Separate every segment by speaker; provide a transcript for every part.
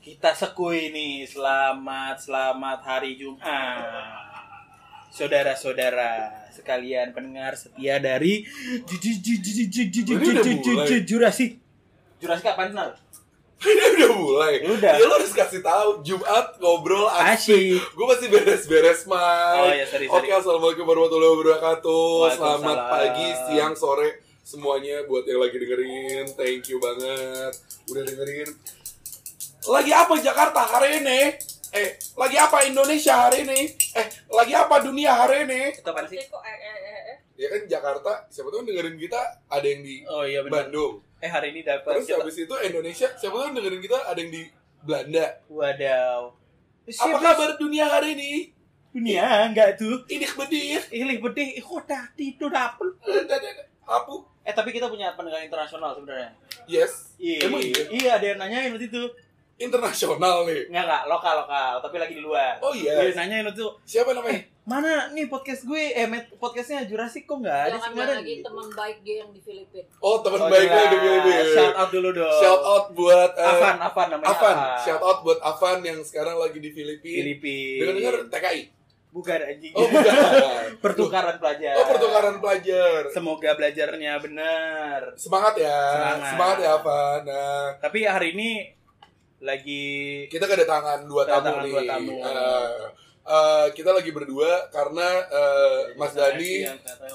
Speaker 1: kita sekui nih. Selamat selamat hari Jumat. Saudara-saudara sekalian pendengar setia dari ju- ju- ju- ju- ju- ju- ju- ju-
Speaker 2: Ini udah
Speaker 1: ju- ju-
Speaker 2: mulai.
Speaker 1: ju- Jurasi. Jurasi kapan Nal?
Speaker 2: Ini udah mulai.
Speaker 1: Udah.
Speaker 2: Ya lo harus kasih tahu Jumat ngobrol asik.
Speaker 1: Asyik.
Speaker 2: Gue masih beres-beres, Mike.
Speaker 1: Oh ya, sorry, sorry.
Speaker 2: Oke, assalamualaikum warahmatullahi wabarakatuh.
Speaker 1: Waalaikumsalam.
Speaker 2: Selamat pagi, siang, sore semuanya buat yang lagi dengerin. Thank you banget udah dengerin. Lagi apa Jakarta hari ini? Eh, lagi apa Indonesia hari ini? Eh, lagi apa dunia hari ini?
Speaker 1: Itu apaan sih?
Speaker 3: Kok eh, eh, eh, eh.
Speaker 2: Ya kan Jakarta, siapa tuh yang dengerin kita ada yang di
Speaker 1: Oh iya benar.
Speaker 2: Bandung.
Speaker 1: Eh hari ini dapat
Speaker 2: Terus habis itu Indonesia, siapa tuh yang dengerin kita ada yang di Belanda.
Speaker 1: Wadaw.
Speaker 2: Apa kan?
Speaker 1: Siapa
Speaker 2: kabar dunia hari ini?
Speaker 1: dunia enggak tuh?
Speaker 2: Ini bedir.
Speaker 1: Ilih bedih, ih udah tidur apel.
Speaker 2: Apu.
Speaker 1: Eh tapi kita punya pendengar internasional sebenarnya.
Speaker 2: Yes.
Speaker 1: Iya,
Speaker 2: Emang iya?
Speaker 1: iya ada yang nanyain waktu itu.
Speaker 2: Internasional nih.
Speaker 1: Enggak enggak, lokal lokal, tapi lagi di luar.
Speaker 2: Oh
Speaker 1: Dia
Speaker 2: iya.
Speaker 1: nanyain waktu itu,
Speaker 2: Siapa
Speaker 1: Eh.
Speaker 2: namanya?
Speaker 1: mana nih podcast gue, eh met- podcastnya Jurassic kok nggak ada
Speaker 3: Jangan
Speaker 1: sih
Speaker 3: bilang gitu.
Speaker 1: kemarin?
Speaker 3: lagi teman baik dia yang di Filipina.
Speaker 2: Oh teman
Speaker 1: Oh,
Speaker 2: baik
Speaker 1: jelas.
Speaker 2: lagi
Speaker 1: Shout out dulu dong.
Speaker 2: Shout out buat eh,
Speaker 1: Avan, Avan namanya.
Speaker 2: Avan. Shout out buat Avan yang sekarang lagi di Filipina. Dengar dengar
Speaker 1: Filipin.
Speaker 2: TKI.
Speaker 1: Bukan anjing.
Speaker 2: Oh bukan.
Speaker 1: pertukaran pelajar.
Speaker 2: Oh pertukaran pelajar.
Speaker 1: Semoga belajarnya benar.
Speaker 2: Semangat ya.
Speaker 1: Semangat.
Speaker 2: Semangat ya Avan. Nah,
Speaker 1: Tapi hari ini lagi
Speaker 2: kita kedatangan dua tamu
Speaker 1: Kedatangan
Speaker 2: nih.
Speaker 1: dua tamu.
Speaker 2: Eh, eh, kita lagi berdua karena eh, Mas Dani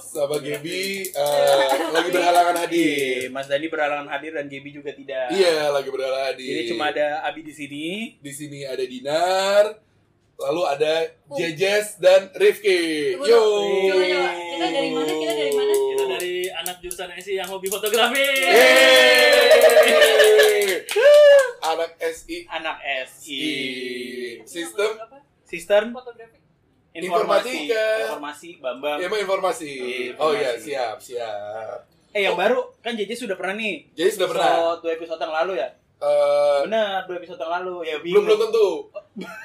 Speaker 2: sama Gaby eh, lagi berhalangan hadir.
Speaker 1: Iya, Mas Dani berhalangan hadir dan Gaby juga tidak.
Speaker 2: Iya, lagi berhalangan hadir.
Speaker 1: Jadi cuma ada Abi di sini.
Speaker 2: di sini ada Dinar, lalu ada Jejes dan Rifki.
Speaker 3: Coba
Speaker 2: Yo.
Speaker 3: dong, coba, coba. Kita dari mana? Kita dari mana?
Speaker 4: Kita dari anak jurusan SI yang hobi fotografi.
Speaker 2: Yeay. Anak SI
Speaker 1: Anak SI.
Speaker 2: Iya. Sistem
Speaker 3: Apa?
Speaker 1: Sister
Speaker 3: Fotografi.
Speaker 1: informasi
Speaker 2: Informatika.
Speaker 1: informasi Bambang.
Speaker 2: Ya, emang informasi.
Speaker 1: Iya, informasi.
Speaker 2: Oh iya, siap, siap.
Speaker 1: Eh yang baru kan JJ sudah pernah nih.
Speaker 2: Jadi sudah pernah.
Speaker 1: Episode- dua episode yang lalu ya.
Speaker 2: eh,
Speaker 1: Benar, dua episode yang lalu ya bingung.
Speaker 2: belum belum tentu.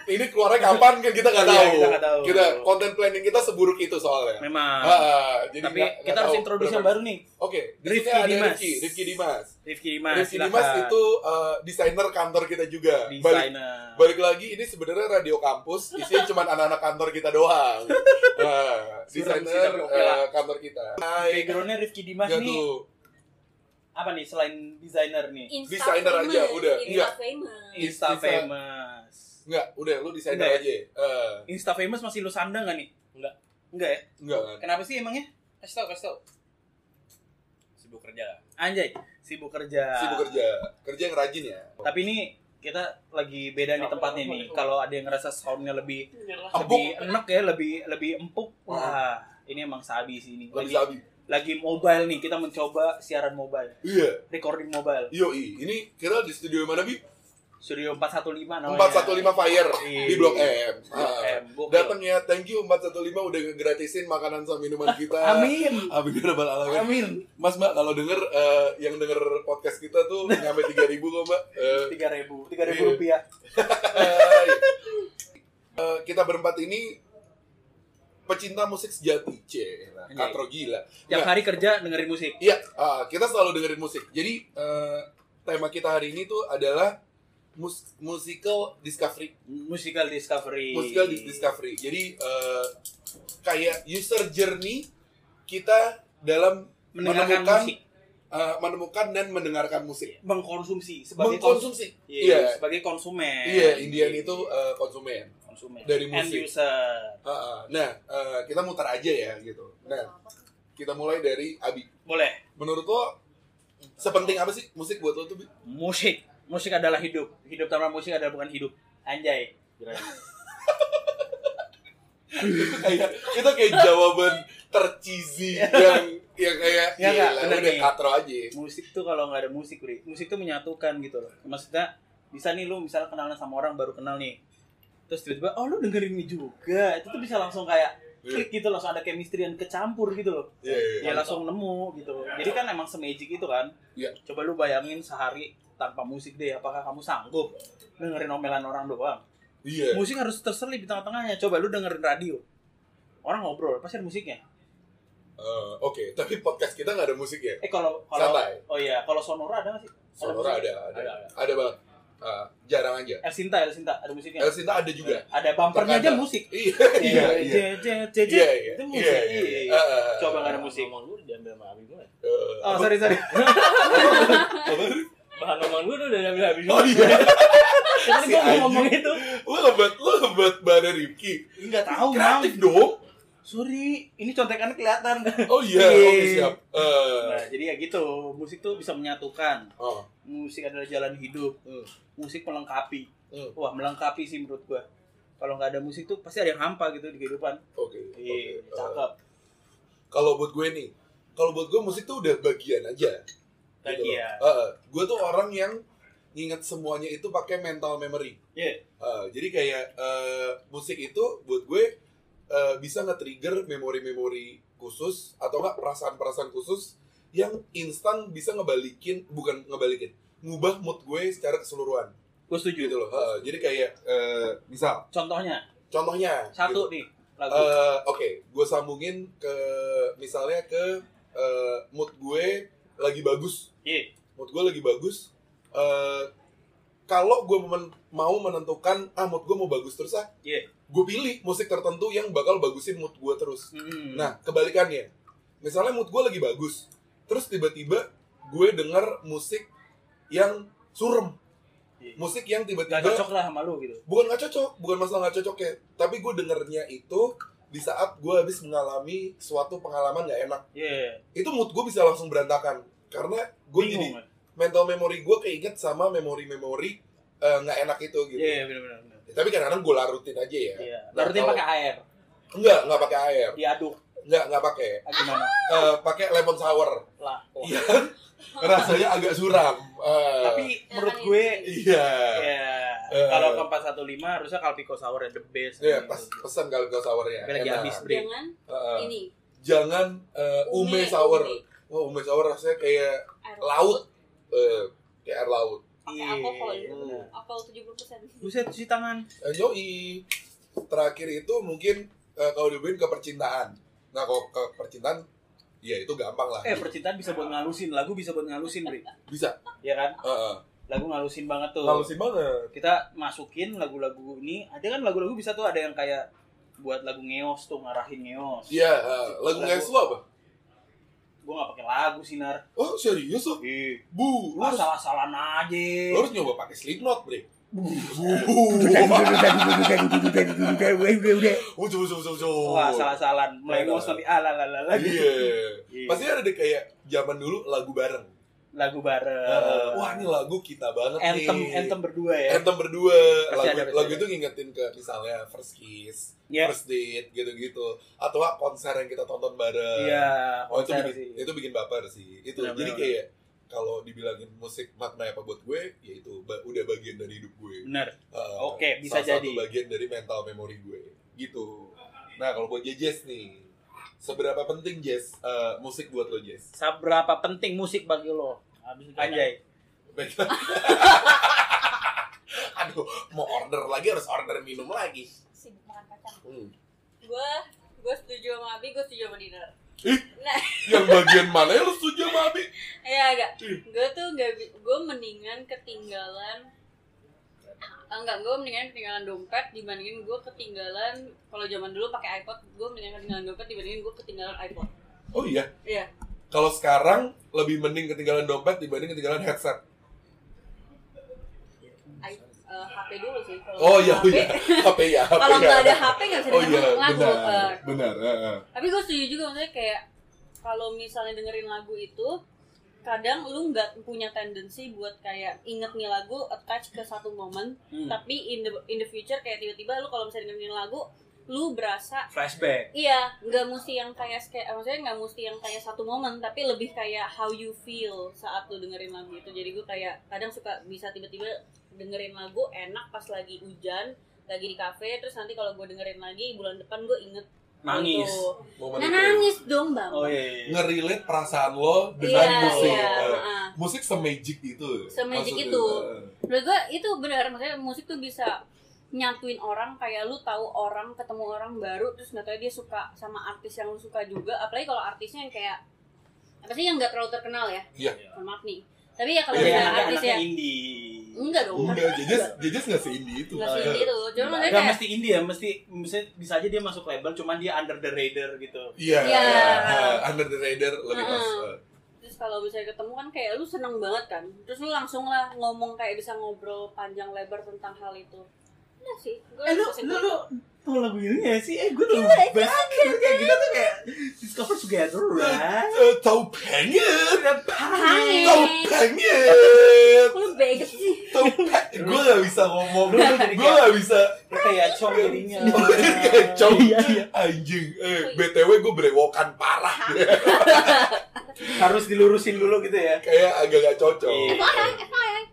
Speaker 2: Ini keluarnya kapan kan kita nggak
Speaker 1: Iya,
Speaker 2: tahu.
Speaker 1: kita nggak tahu.
Speaker 2: Kita konten planning kita seburuk itu soalnya.
Speaker 1: Memang.
Speaker 2: Ah, ah, jadi
Speaker 1: Tapi
Speaker 2: nggak- nggak
Speaker 1: kita harus
Speaker 2: tahu
Speaker 1: introduce
Speaker 2: berapa
Speaker 1: yang baru nih.
Speaker 2: Oke, di
Speaker 1: Rifki
Speaker 2: sini ada
Speaker 1: Dimas.
Speaker 2: Rifki, Rifki Dimas.
Speaker 1: Rifki Dimas.
Speaker 2: Rifki Dimas itu eh, desainer kantor kita juga. Balik,
Speaker 1: desainer.
Speaker 2: balik lagi ini sebenarnya radio kampus, isinya cuma anak-anak kantor kita doang. Eh,
Speaker 1: Suram sih,
Speaker 2: desainer
Speaker 1: tapi oke lah.
Speaker 2: eh, kantor kita. Hai.
Speaker 1: Backgroundnya Rifki Dimas
Speaker 2: Ya
Speaker 1: nih
Speaker 2: tuh.
Speaker 1: apa nih selain desainer nih?
Speaker 3: Insta
Speaker 2: Desainer aja,
Speaker 3: famous.
Speaker 2: udah.
Speaker 3: Insta
Speaker 2: Enggak.
Speaker 3: famous.
Speaker 1: Insta
Speaker 2: Insta-
Speaker 1: famous.
Speaker 2: Enggak, udah lu
Speaker 1: Udah ya?
Speaker 2: desainer aja. Eh,
Speaker 1: Insta famous masih lu sandang gak nih? Enggak. Enggak ya?
Speaker 2: enggak kan.
Speaker 1: Kenapa sih emangnya? Kasih tau, kasih tau.
Speaker 4: Sibuk kerja.
Speaker 1: Anjay, sibuk kerja.
Speaker 2: Sibuk kerja. Kerja yang rajin ya.
Speaker 1: Tapi ini kita lagi beda nih tempatnya nih. Kalau ada yang ngerasa soundnya lebih
Speaker 2: Iya, Empuk.
Speaker 1: lebih enak ya, lebih lebih empuk. Wah, ini emang sabi sih ini. Lagi,
Speaker 2: Lebih sabi.
Speaker 1: lagi mobile nih, kita mencoba siaran mobile,
Speaker 2: Iya.
Speaker 1: recording mobile.
Speaker 2: Yoi, ini kita di studio yang mana, Bi?
Speaker 1: Studio 415 namanya.
Speaker 2: 415 Fire
Speaker 1: Oh, Iya. Eh,
Speaker 2: di Blok M.
Speaker 1: Blok
Speaker 2: Ah.
Speaker 1: M. Gokil.
Speaker 2: Datang ya, thank you 415 udah ngegratisin makanan sama minuman kita.
Speaker 1: Amin.
Speaker 2: Amin ya rabbal alamin.
Speaker 1: Amin.
Speaker 2: Mas Mbak kalau denger eh, yang denger podcast kita tuh nyampe 3000 kok Mbak. Eh,
Speaker 1: 3000, 3000
Speaker 2: Iya.
Speaker 1: rupiah.
Speaker 2: hai. Eh, kita berempat ini pecinta musik sejati, C. Nah, Katro gila.
Speaker 1: Tiap
Speaker 2: Nggak.
Speaker 1: hari kerja dengerin musik.
Speaker 2: Iya, ah, kita selalu dengerin musik. Jadi eh, tema kita hari ini tuh adalah mus- musical discovery.
Speaker 1: Musical discovery.
Speaker 2: Musical dis- discovery. Jadi eh, kayak user journey kita dalam
Speaker 1: Mendengarkan
Speaker 2: menemukan
Speaker 1: musik,
Speaker 2: eh, menemukan dan mendengarkan musik.
Speaker 1: mengkonsumsi sebagai konsum-
Speaker 2: Mengkonsumsi.
Speaker 1: Iya,
Speaker 2: Iya.
Speaker 1: sebagai konsumen.
Speaker 2: Iya, Indian itu eh, konsumen.
Speaker 1: konsumen
Speaker 2: dari
Speaker 1: End
Speaker 2: musik.
Speaker 1: user.
Speaker 2: Ah, ah. Nah, eh, kita mutar aja ya gitu. Nah, kita mulai dari Abi.
Speaker 1: Boleh.
Speaker 2: Menurut lo sepenting apa sih musik buat lo tuh? Bi?
Speaker 1: Musik. Musik adalah hidup. Hidup tanpa musik adalah bukan hidup. Anjay.
Speaker 2: Itu kayak itu kayak jawaban tercizi yang yang
Speaker 1: Iya,
Speaker 2: kayak
Speaker 1: Kak,
Speaker 2: "Gila,
Speaker 1: bener
Speaker 2: udah
Speaker 1: nih."
Speaker 2: katro aja. ya."
Speaker 1: Musik tuh kalau nggak ada musik, Bri. Musik tuh menyatukan gitu loh. Maksudnya bisa nih lu misalnya kenalan sama orang baru kenal nih. Terus tiba-tiba, oh lu dengerin ini juga. Itu tuh bisa langsung kayak klik gitu loh, langsung ada chemistry yang kecampur gitu loh.
Speaker 2: Iya, iya,
Speaker 1: ya
Speaker 2: iya.
Speaker 1: langsung nemu gitu jadi kan emang semagic itu kan
Speaker 2: Iya.
Speaker 1: coba lu bayangin sehari tanpa musik deh apakah kamu sanggup dengerin omelan orang doang
Speaker 2: Iya.
Speaker 1: musik harus terselip di tengah-tengahnya coba lu dengerin radio orang ngobrol pasti ada musiknya
Speaker 2: Eh, Oke, tapi podcast kita nggak ada musik ya.
Speaker 1: eh kalau kalau
Speaker 2: Santai.
Speaker 1: oh iya kalau sonora ada nggak sih
Speaker 2: Sonora
Speaker 1: musik?
Speaker 2: ada, ada, ada, banget. Ah, jarang aja.
Speaker 1: El Sinta, El Sinta, ada musiknya.
Speaker 2: Elsinta ada juga.
Speaker 1: Ada bumpernya aja
Speaker 2: Terkadang.
Speaker 1: musik.
Speaker 2: Iya, iya, iya.
Speaker 1: Je- je- je- je.
Speaker 2: Iya, iya.
Speaker 1: Itu musik.
Speaker 2: Iya,
Speaker 1: Iya,
Speaker 2: iya.
Speaker 1: iya. Coba nggak ada musik.
Speaker 4: Ngomong lu diambil sama Abi gue.
Speaker 2: Eh,
Speaker 1: Oh, sorry, sorry.
Speaker 4: Bahan ngomong gue udah diambil Abi gue.
Speaker 2: Oh iya,
Speaker 4: Tadi gue mau ngomong itu.
Speaker 2: lu ngebat, lu ngebat Bara Rifki.
Speaker 1: Enggak tahu, Bang.
Speaker 2: Kreatif dong.
Speaker 1: Sorry, ini contekan kelihatan.
Speaker 2: Oh iya,
Speaker 1: Iya.
Speaker 2: oke siap. Eh,
Speaker 1: Nah, jadi ya gitu. Musik tuh bisa menyatukan.
Speaker 2: oh,
Speaker 1: Musik adalah jalan hidup. Musik melengkapi.
Speaker 2: Hmm.
Speaker 1: Wah, melengkapi sih menurut gua. Kalau nggak ada musik tuh pasti ada yang hampa gitu di kehidupan.
Speaker 2: oke. oke.
Speaker 1: Iya,
Speaker 2: Eh,
Speaker 1: cakep.
Speaker 2: kalau buat gue nih kalau buat gue musik tuh udah bagian aja gitu loh.
Speaker 4: Bagian.
Speaker 2: Heeh. gue tuh orang yang nginget semuanya itu pakai mental memory
Speaker 1: Iya.
Speaker 2: Heeh, jadi kayak eh, musik itu buat gue eh, bisa nge-trigger memori-memori khusus atau enggak perasaan-perasaan khusus yang instan bisa ngebalikin bukan ngebalikin ngubah mood gue secara keseluruhan
Speaker 1: Gua setuju.
Speaker 2: gitu loh Heeh, jadi kayak eh, misal
Speaker 1: Contohnya,
Speaker 2: contohnya gitu.
Speaker 1: satu nih lagu.
Speaker 2: Eh, Oke, gue sambungin ke misalnya ke eh, mood gue lagi bagus.
Speaker 1: Iya.
Speaker 2: Mood gue lagi bagus. Eh, Kalau gue men- mau menentukan ah mood gue mau bagus terus ah,
Speaker 1: Iya.
Speaker 2: gue pilih musik tertentu yang bakal bagusin mood gue terus.
Speaker 1: Hmm.
Speaker 2: Nah kebalikannya, misalnya mood gue lagi bagus, terus tiba-tiba gue denger musik yang surem,
Speaker 1: Iya.
Speaker 2: musik yang
Speaker 1: nggak
Speaker 2: tiba-tiba
Speaker 1: cocok lah sama lu gitu.
Speaker 2: bukan nggak cocok bukan masalah nggak cocok ya tapi gue dengernya itu di saat gue habis mengalami suatu pengalaman nggak enak
Speaker 1: Iya.
Speaker 2: itu mood gue bisa langsung berantakan karena gue jadi
Speaker 1: Bingung. kan?
Speaker 2: mental memory gue keinget sama memori-memori eh, nggak enak itu gitu
Speaker 1: Iya, benar-benar.
Speaker 2: tapi kadang-kadang gue larutin aja ya
Speaker 1: Iya.
Speaker 2: Nah,
Speaker 1: Larutin
Speaker 2: kalau-
Speaker 1: pakai air,
Speaker 2: nggak nggak pakai air
Speaker 1: diaduk.
Speaker 2: nggak nggak pakai
Speaker 1: Ah, Gimana?
Speaker 2: Eh, pakai lemon sour
Speaker 1: Lah. kok.
Speaker 2: iya rasanya agak suram Eh,
Speaker 1: Tapi menurut gue
Speaker 2: iya
Speaker 1: ya
Speaker 2: Eh.
Speaker 1: kalau ke 415 harusnya Kalpiko Sour ya the best.
Speaker 2: Iya,
Speaker 1: Gitu.
Speaker 2: pas pesan kalau ke sournya.
Speaker 1: Tapi lagi
Speaker 2: Enak.
Speaker 1: habis.
Speaker 3: Jangan
Speaker 2: Eh, eh.
Speaker 3: ini.
Speaker 2: jangan eh, ume, sour. Wah, ume sour rasanya kayak
Speaker 3: Air
Speaker 2: laut. Eh, kayak air laut.
Speaker 3: Pakai alkohol. ya.
Speaker 1: Iya, bener.
Speaker 3: Alkohol 70%.
Speaker 1: Buset cuci tangan.
Speaker 2: Eh, yoi. Terakhir itu mungkin eh, kalau dibeliin ke percintaan. Nah, kalau ke percintaan, ya itu gampang lah.
Speaker 1: Eh percintaan bisa buat ngalusin, lagu bisa buat ngalusin, Bri.
Speaker 2: Bisa.
Speaker 1: Ya kan?
Speaker 2: Eh, eh.
Speaker 1: Lagu ngalusin banget tuh.
Speaker 2: Ngalusin banget.
Speaker 1: Kita masukin lagu-lagu ini, ada kan lagu-lagu bisa tuh ada yang kayak buat lagu ngeos tuh ngarahin ngeos.
Speaker 2: Iya, eh,
Speaker 1: Lagu-
Speaker 2: lagu ngesu apa?
Speaker 1: Gue nggak pakai lagu sinar.
Speaker 2: Oh, serius loh?
Speaker 1: Ih,
Speaker 2: Bu,
Speaker 1: lu
Speaker 2: lu harus,
Speaker 1: salah-salahan aja.
Speaker 2: lu harus nyoba pakai Slipknot, Bre. Udah, udah, udah, udah.
Speaker 1: Wah, salah-salahan. Mulai
Speaker 2: Oh. Iya.
Speaker 1: ngeos nanti alalala lagi.
Speaker 2: Iya.
Speaker 1: Iya.
Speaker 2: Pasti ada deh kayak zaman dulu lagu bareng.
Speaker 1: Lagu
Speaker 2: Eh,
Speaker 1: bareng.
Speaker 2: Wah, ini lagu kita banget nih.
Speaker 1: Anthem anthem berdua ya.
Speaker 2: Anthem berdua
Speaker 1: Pasti
Speaker 2: lagu,
Speaker 1: ada, pasti
Speaker 2: lagu
Speaker 1: ada.
Speaker 2: itu ngingetin ke misalnya first kiss,
Speaker 1: Iya.
Speaker 2: first date gitu-gitu atau nggak konser yang kita tonton bareng.
Speaker 1: Iya,
Speaker 2: Oh, itu
Speaker 1: konser
Speaker 2: bikin
Speaker 1: sih.
Speaker 2: itu bikin baper sih. Itu
Speaker 1: Benar,
Speaker 2: jadi
Speaker 1: benar,
Speaker 2: kayak kalau dibilangin musik makna apa buat gue, ya itu ba- udah bagian dari hidup gue.
Speaker 1: Benar.
Speaker 2: Eh,
Speaker 1: Oke, bisa
Speaker 2: salah
Speaker 1: jadi.
Speaker 2: Satu bagian dari mental memory gue. Gitu. Nah, kalau buat Jess nih, seberapa penting Jess eh, musik buat lo Jess?
Speaker 1: Seberapa penting musik bagi lo?
Speaker 4: Habis itu
Speaker 1: Anjay.
Speaker 2: Aduh, mau order lagi harus order minum lagi.
Speaker 3: Sibuk makan kacang.
Speaker 2: Hmm.
Speaker 3: Gue gue setuju sama Abi, gue setuju sama Dinar.
Speaker 2: Ih.
Speaker 3: Nah,
Speaker 2: Yang bagian mana yang lo setuju sama Abi?
Speaker 3: ya agak.
Speaker 2: Ih.
Speaker 3: Gue tuh gak, gue mendingan ketinggalan Ah, enggak, gue mendingan ketinggalan dompet dibandingin gue ketinggalan kalau zaman dulu pakai iPod, gue mendingan ketinggalan dompet dibandingin gue ketinggalan iPod.
Speaker 2: Oh iya,
Speaker 3: Iya,
Speaker 2: kalau sekarang lebih mending ketinggalan dompet dibanding ketinggalan headset.
Speaker 3: i- eh, HP dulu sih. Kalau
Speaker 2: Oh iya,
Speaker 3: HP,
Speaker 2: oh, iya. HP ya. HP
Speaker 3: Kalau
Speaker 2: ya.
Speaker 3: nggak ada HP nggak bisa
Speaker 2: Oh iya,
Speaker 3: dengerin lagu.
Speaker 2: benar,
Speaker 3: Eh,
Speaker 2: benar. eh, eh.
Speaker 3: tapi gue setuju juga maksudnya kayak kalau misalnya dengerin lagu itu kadang lu nggak punya tendensi buat kayak inget nih lagu attach ke satu momen
Speaker 1: Hmm.
Speaker 3: tapi in the in the future kayak tiba-tiba lu kalau misalnya dengerin lagu lu berasa
Speaker 1: Flashback.
Speaker 3: iya nggak mesti yang kayak kayak maksudnya nggak mesti yang kayak satu momen tapi lebih kayak how you feel saat lu dengerin lagu itu jadi gue kayak kadang suka bisa tiba-tiba dengerin lagu enak pas lagi hujan lagi di kafe terus nanti kalau gue dengerin lagi bulan depan gue inget
Speaker 1: Nangis.
Speaker 3: itu.
Speaker 2: Momen
Speaker 3: Nah,
Speaker 2: itu. ya.
Speaker 3: nangis dong bang.
Speaker 1: Oh iya. iya.
Speaker 2: Ngerelate perasaan lo
Speaker 3: Iya,
Speaker 2: dengan musik.
Speaker 3: iya.
Speaker 2: Eh,
Speaker 3: heeh.
Speaker 2: Musik semagic itu.
Speaker 3: Semagic
Speaker 2: Maksudnya,
Speaker 3: itu.
Speaker 2: eh,
Speaker 3: Menurut gue itu benar, maksudnya musik tuh bisa nyatuin orang kayak lu tahu orang ketemu orang baru terus nggak tahu dia suka sama artis yang lu suka juga apalagi kalau artisnya yang kayak apa sih yang nggak terlalu terkenal ya
Speaker 2: Iya.
Speaker 3: mohon maaf nih tapi ya kalau
Speaker 2: Iya,
Speaker 3: misalnya
Speaker 1: Ada
Speaker 3: artis
Speaker 1: anaknya
Speaker 3: ya
Speaker 1: indie.
Speaker 3: Enggak dong.
Speaker 2: Enggak,
Speaker 1: Iya.
Speaker 2: jejes, jejes nggak seindie itu. Iya.
Speaker 3: Enggak sih itu. Cuma Ya, maksudnya
Speaker 1: Gak
Speaker 3: kayak
Speaker 1: mesti India, mesti, mesti bisa aja dia masuk label, cuman dia under the radar gitu.
Speaker 2: Iya,
Speaker 3: Iya.
Speaker 2: iya. Under the radar lebih
Speaker 3: Heeh.
Speaker 2: pas. eh.
Speaker 3: terus kalau misalnya ketemu kan kayak lu seneng banget kan. Terus lu langsung lah ngomong kayak bisa ngobrol panjang lebar tentang hal itu. Enggak sih. Gue
Speaker 1: Eh lu,
Speaker 3: positif.
Speaker 1: lu, lu tau lagu ini gak sih? Eh gue tau
Speaker 3: Iya,
Speaker 1: banget. Kayak gitu tuh kayak Discover Together,
Speaker 3: Iya.
Speaker 1: right?
Speaker 2: Eh, Tahu pengen,
Speaker 1: Udah pahit.
Speaker 2: tahu
Speaker 3: Hai.
Speaker 2: pengen,
Speaker 3: Lu beget sih.
Speaker 2: tahu pengen. Gue nggak bisa ngomong,
Speaker 1: Lu jadi Oh,
Speaker 2: gue nggak bisa.
Speaker 3: Iya,
Speaker 1: Lu kayak cong jadinya.
Speaker 2: Kacau
Speaker 4: Iya, iya.
Speaker 2: anjing. Eh, btw gue berewokan parah,
Speaker 1: Harus dilurusin dulu gitu ya.
Speaker 2: kayak agak gak cocok.
Speaker 1: Iya.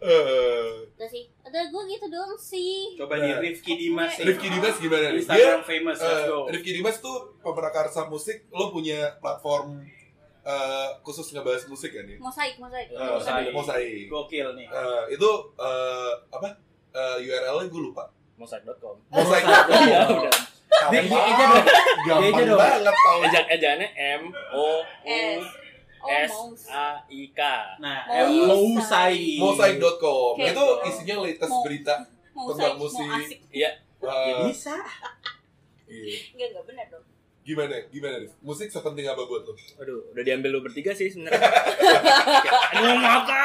Speaker 2: Eh,
Speaker 3: Udah sih. Udah gue gitu doang sih.
Speaker 1: Coba nih Rifki Dimas nih.
Speaker 2: Iya. Rifki Dimas gimana nih? Dia
Speaker 1: Iya. Instagram famous, let's
Speaker 2: Eh,
Speaker 1: go.
Speaker 2: Rifki Dimas tuh pemerakarsa musik, lo punya platform eh, khusus ngebahas musik kan ya?
Speaker 3: Mosaik, mosaik.
Speaker 2: Eh,
Speaker 1: Mosaik.
Speaker 2: Mosaik.
Speaker 1: Gokil nih.
Speaker 2: Eh, itu eh, apa? URL-nya gue lupa.
Speaker 4: Mosaik.com.
Speaker 2: Mosaik.
Speaker 4: Iya, udah.
Speaker 1: Dia dia aja dong.
Speaker 2: Gampang
Speaker 1: dong.
Speaker 2: banget tau.
Speaker 4: Ejaan ejaannya M O U
Speaker 3: S. Oh,
Speaker 4: S
Speaker 3: mau.
Speaker 4: A I K.
Speaker 1: Nah,
Speaker 3: Mosaik.
Speaker 1: eh, Mosaik.
Speaker 2: Mosaik.com
Speaker 3: Kayak
Speaker 2: itu
Speaker 3: gitu.
Speaker 2: isinya latest
Speaker 3: Mau-
Speaker 2: berita.
Speaker 3: Mau
Speaker 2: Tentang
Speaker 3: saik, mau
Speaker 2: musik.
Speaker 3: asik.
Speaker 1: Ya
Speaker 2: Eh,
Speaker 1: bisa.
Speaker 2: iya.
Speaker 3: Enggak, enggak benar dong.
Speaker 2: Gimana? Gimana? Rif? Musik sepenting apa buat lo? Eh,
Speaker 4: Aduh, udah diambil lu bertiga sih sebenarnya. Aduh, ngomong apa?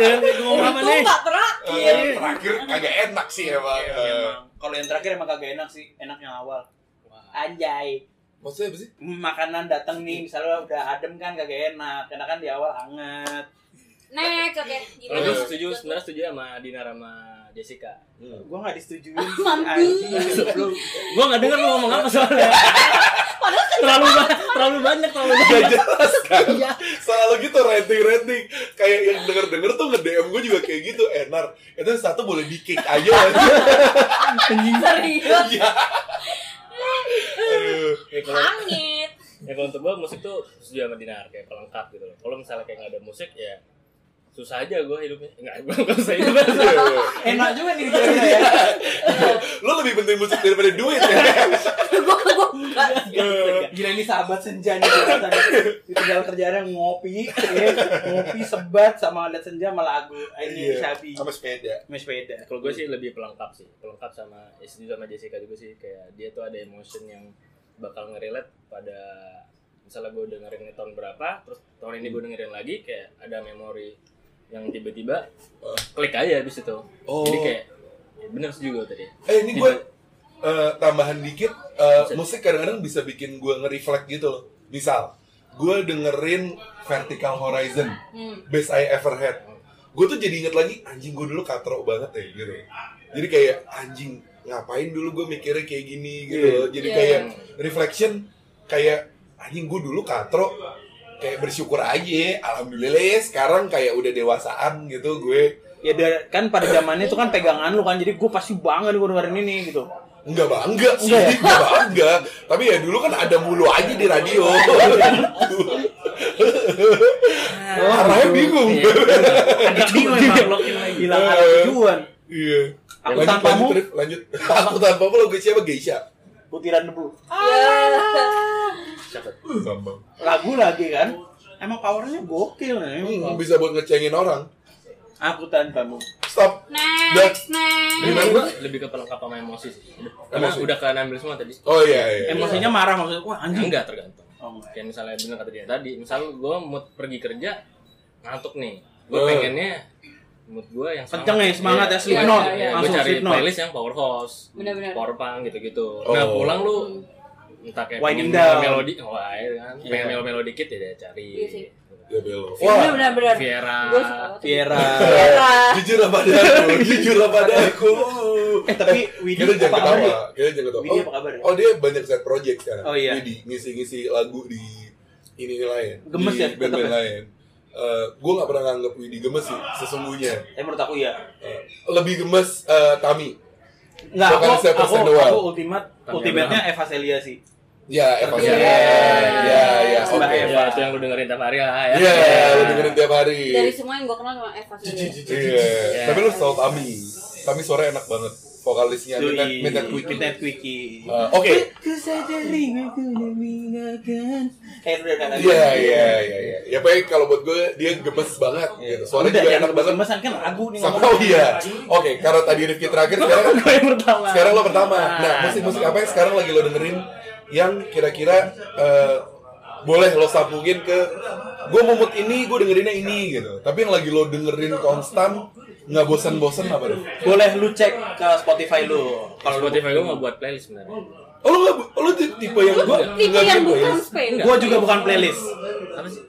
Speaker 1: Iya,
Speaker 4: Ya, Ngomong apa
Speaker 3: Untung
Speaker 4: nih?
Speaker 3: enggak terak.
Speaker 2: Eh, terakhir kagak enak sih emang.
Speaker 1: Iya,
Speaker 2: Eh,
Speaker 1: emang. Kalau yang terakhir emang kagak enak sih, enak yang awal.
Speaker 4: Wah.
Speaker 1: Anjay,
Speaker 2: maksudnya apa sih?
Speaker 1: makanan datang nih, misalnya udah adem kan kagak enak, karena kan di awal anget.
Speaker 3: Next, oke. Gimana?
Speaker 4: Kalau gue setuju, sebenarnya setuju ya sama Dinar sama Jessica.
Speaker 2: Iya.
Speaker 1: Gua nggak disetujuin. sih,
Speaker 3: Mampus.
Speaker 1: anjing. Lu-
Speaker 4: Gue nggak denger lu ngomong apa soalnya. terlalu ba- terlalu banyak terlalu
Speaker 2: Gak
Speaker 4: banyak.
Speaker 2: jelas kan? Selalu gitu rating-rating Kayak yang denger-denger tuh nge-DM gue juga kayak gitu Eh Nar, itu satu boleh di-kick aja
Speaker 3: Serius.
Speaker 2: Iya Aduh
Speaker 4: Ya, kalau
Speaker 3: Langit.
Speaker 4: ya kalau untuk gue musik tuh setuju sama Dinar kayak pelengkap gitu loh. Kalau misalnya kayak nggak ada musik ya susah aja gue hidupnya. Enggak, gue nggak usah hidup.
Speaker 2: iya.
Speaker 1: Enak juga nih kira-kira ya.
Speaker 2: Lo lebih penting musik daripada duit ya
Speaker 3: Gue gue enggak.
Speaker 1: Gila ini sahabat senja nih kelihatannya. Ditinggal kerjaannya ngopi, ya. ngopi sebat sama adat senja sama lagu ini
Speaker 2: Iya.
Speaker 1: sapi.
Speaker 2: Sama sepeda
Speaker 1: Mas beda.
Speaker 4: Kalau gue sih lebih pelengkap sih, pelengkap sama ya setuju sama Jessica juga sih kayak dia tuh ada emotion yang bakal ngerelate pada misalnya gue dengerin ini tahun berapa, terus tahun ini gue dengerin lagi kayak ada memori yang tiba-tiba klik aja abis itu.
Speaker 2: Oh.
Speaker 4: Jadi kayak ya bener juga tadi.
Speaker 2: Eh ini gue eh, tambahan dikit eh, Musik kadang-kadang bisa bikin gue nge-reflect gitu loh Misal Gue dengerin Vertical Horizon Best I Ever Had Gue tuh jadi inget lagi Anjing gue dulu katro banget ya gitu Jadi kayak anjing Ngapain dulu gue mikirnya kayak gini gitu loh Jadi
Speaker 3: Iya.
Speaker 2: kayak reflection Kayak anjing gue dulu katro Kayak bersyukur aja Alhamdulillah ya sekarang kayak udah dewasaan gitu Gue
Speaker 1: Ya dar- kan pada zamannya itu kan pegangan lu kan, jadi gue pasti banget gue dengerin ini gitu.
Speaker 2: Enggak bangga sih,
Speaker 1: Enggak ya?
Speaker 2: enggak bangga. Tapi ya dulu kan ada mulu aja di radio. Arahnya Ah,
Speaker 1: gitu.
Speaker 2: bingung.
Speaker 4: Iya.
Speaker 1: Agak bingung emang lo hilang ada tujuan.
Speaker 2: Iya.
Speaker 1: Aku
Speaker 2: lanjut,
Speaker 1: tanpamu.
Speaker 2: lanjut, Rif, lanjut. Aku tanpamu lagu siapa Geisha?
Speaker 1: Butiran debu.
Speaker 4: Siapa?
Speaker 2: Gampang.
Speaker 1: Lagu lagi kan. Emang powernya gokil ya.
Speaker 2: Hmm,
Speaker 1: nih.
Speaker 2: bisa buat ngecengin orang.
Speaker 1: Aku tanpamu.
Speaker 2: Stop.
Speaker 3: Next, next.
Speaker 4: Lebih,
Speaker 2: Gimana, Bro?
Speaker 4: lebih ke pelengkap sama emosi sih. Udah,
Speaker 2: Emosi.
Speaker 4: udah kalian ambil semua tadi.
Speaker 2: Oh iya iya.
Speaker 1: Emosinya marah maksudnya. Wah anjing.
Speaker 4: Enggak tergantung.
Speaker 1: Oh, enggak.
Speaker 4: kayak misalnya bener kata dia tadi misal gue mau pergi kerja ngantuk nih gue
Speaker 2: Eh.
Speaker 4: pengennya mood gue yang Iya,
Speaker 1: Kenceng ya, semangat ya,
Speaker 3: sleep note.
Speaker 4: gue
Speaker 1: Langsung
Speaker 4: cari
Speaker 1: sleep note.
Speaker 4: playlist yang power house
Speaker 3: Benar-benar.
Speaker 4: power punk gitu gitu nah
Speaker 2: Oh.
Speaker 4: pulang lu entah kayak
Speaker 1: Winding
Speaker 4: pengen
Speaker 1: down. Iya.
Speaker 4: melodi wah ya kan pengen melo melo dikit ya dia cari
Speaker 3: Iya sih.
Speaker 2: Ya belo. Wah.
Speaker 3: Bener, bener, bener.
Speaker 4: Viera
Speaker 3: Gue suka banget.
Speaker 1: Viera.
Speaker 2: Jujur apa padaku, jujur apa padaku.
Speaker 1: Eh tapi Widi
Speaker 2: Kita
Speaker 1: apa
Speaker 2: jangan
Speaker 1: kabar
Speaker 2: ketawa.
Speaker 1: ya?
Speaker 2: Kita jangan ketawa.
Speaker 1: Widi
Speaker 2: Oh,
Speaker 1: apa kabar ya?
Speaker 2: Oh dia banyak side project sekarang.
Speaker 1: Oh, iya.
Speaker 2: Jadi ngisi-ngisi lagu di ini ini lain.
Speaker 1: Gemes
Speaker 2: di
Speaker 1: ya,
Speaker 2: band-band
Speaker 1: tetep ya?
Speaker 2: lain. gue gak pernah nganggep Widi gemes sih sesungguhnya.
Speaker 1: Eh menurut aku ya.
Speaker 2: Eh, lebih gemes eh, Tami.
Speaker 1: Enggak, aku,
Speaker 2: Bukan saya
Speaker 1: aku,
Speaker 2: persen
Speaker 1: aku,
Speaker 2: doang.
Speaker 1: ultimate,
Speaker 4: Tanya
Speaker 1: ultimate-nya Eva Celia sih.
Speaker 2: Ya Eva
Speaker 1: Iya.
Speaker 2: Celia. Ya ya
Speaker 1: Mbak
Speaker 2: oke.
Speaker 1: Eva.
Speaker 4: ya, itu yang lu dengerin tiap hari lah ya
Speaker 2: Ya
Speaker 1: Iya,
Speaker 2: lu dengerin tiap hari.
Speaker 3: Dari semua yang gue kenal cuma Eva sendiri.
Speaker 2: Iya. Tapi lu selalu Tami. Tami suara enak banget. vokalisnya Midnight,
Speaker 1: Yoi.
Speaker 2: Midnight Quickie.
Speaker 1: Midnight Quickie.
Speaker 2: Eh, Oke,
Speaker 1: Kesadaran aku meninggalkan. Eh, udah, udah, udah.
Speaker 2: iya iya iya iya. Ya baik kalau buat gue dia gemes banget gitu. Suaranya
Speaker 1: Iya. Udah,
Speaker 2: juga
Speaker 1: jangan
Speaker 2: enak banget.
Speaker 1: gemes-gemesan kan lagu nih
Speaker 2: Sama
Speaker 1: ngomong.
Speaker 2: oh iya. Oke, karena tadi Rifki terakhir sekarang
Speaker 1: Gue yang pertama.
Speaker 2: sekarang lo pertama. Nah, musik-musik apa yang sekarang lagi lo dengerin yang kira-kira eh, boleh lo sambungin ke gue momot ini, gue dengerinnya ini gitu. Tapi yang lagi lo dengerin konstan nggak bosan-bosan apa Rif?
Speaker 1: boleh lu cek ke Spotify lu.
Speaker 4: Kalau Spotify gue mau buat playlist sebenarnya.
Speaker 2: Oh, lo nggak lo ti- tipe yang gue
Speaker 3: Tipe yang bukan
Speaker 2: ya.
Speaker 3: sepeda.
Speaker 1: Gue juga bukan playlist.
Speaker 4: Apa sih?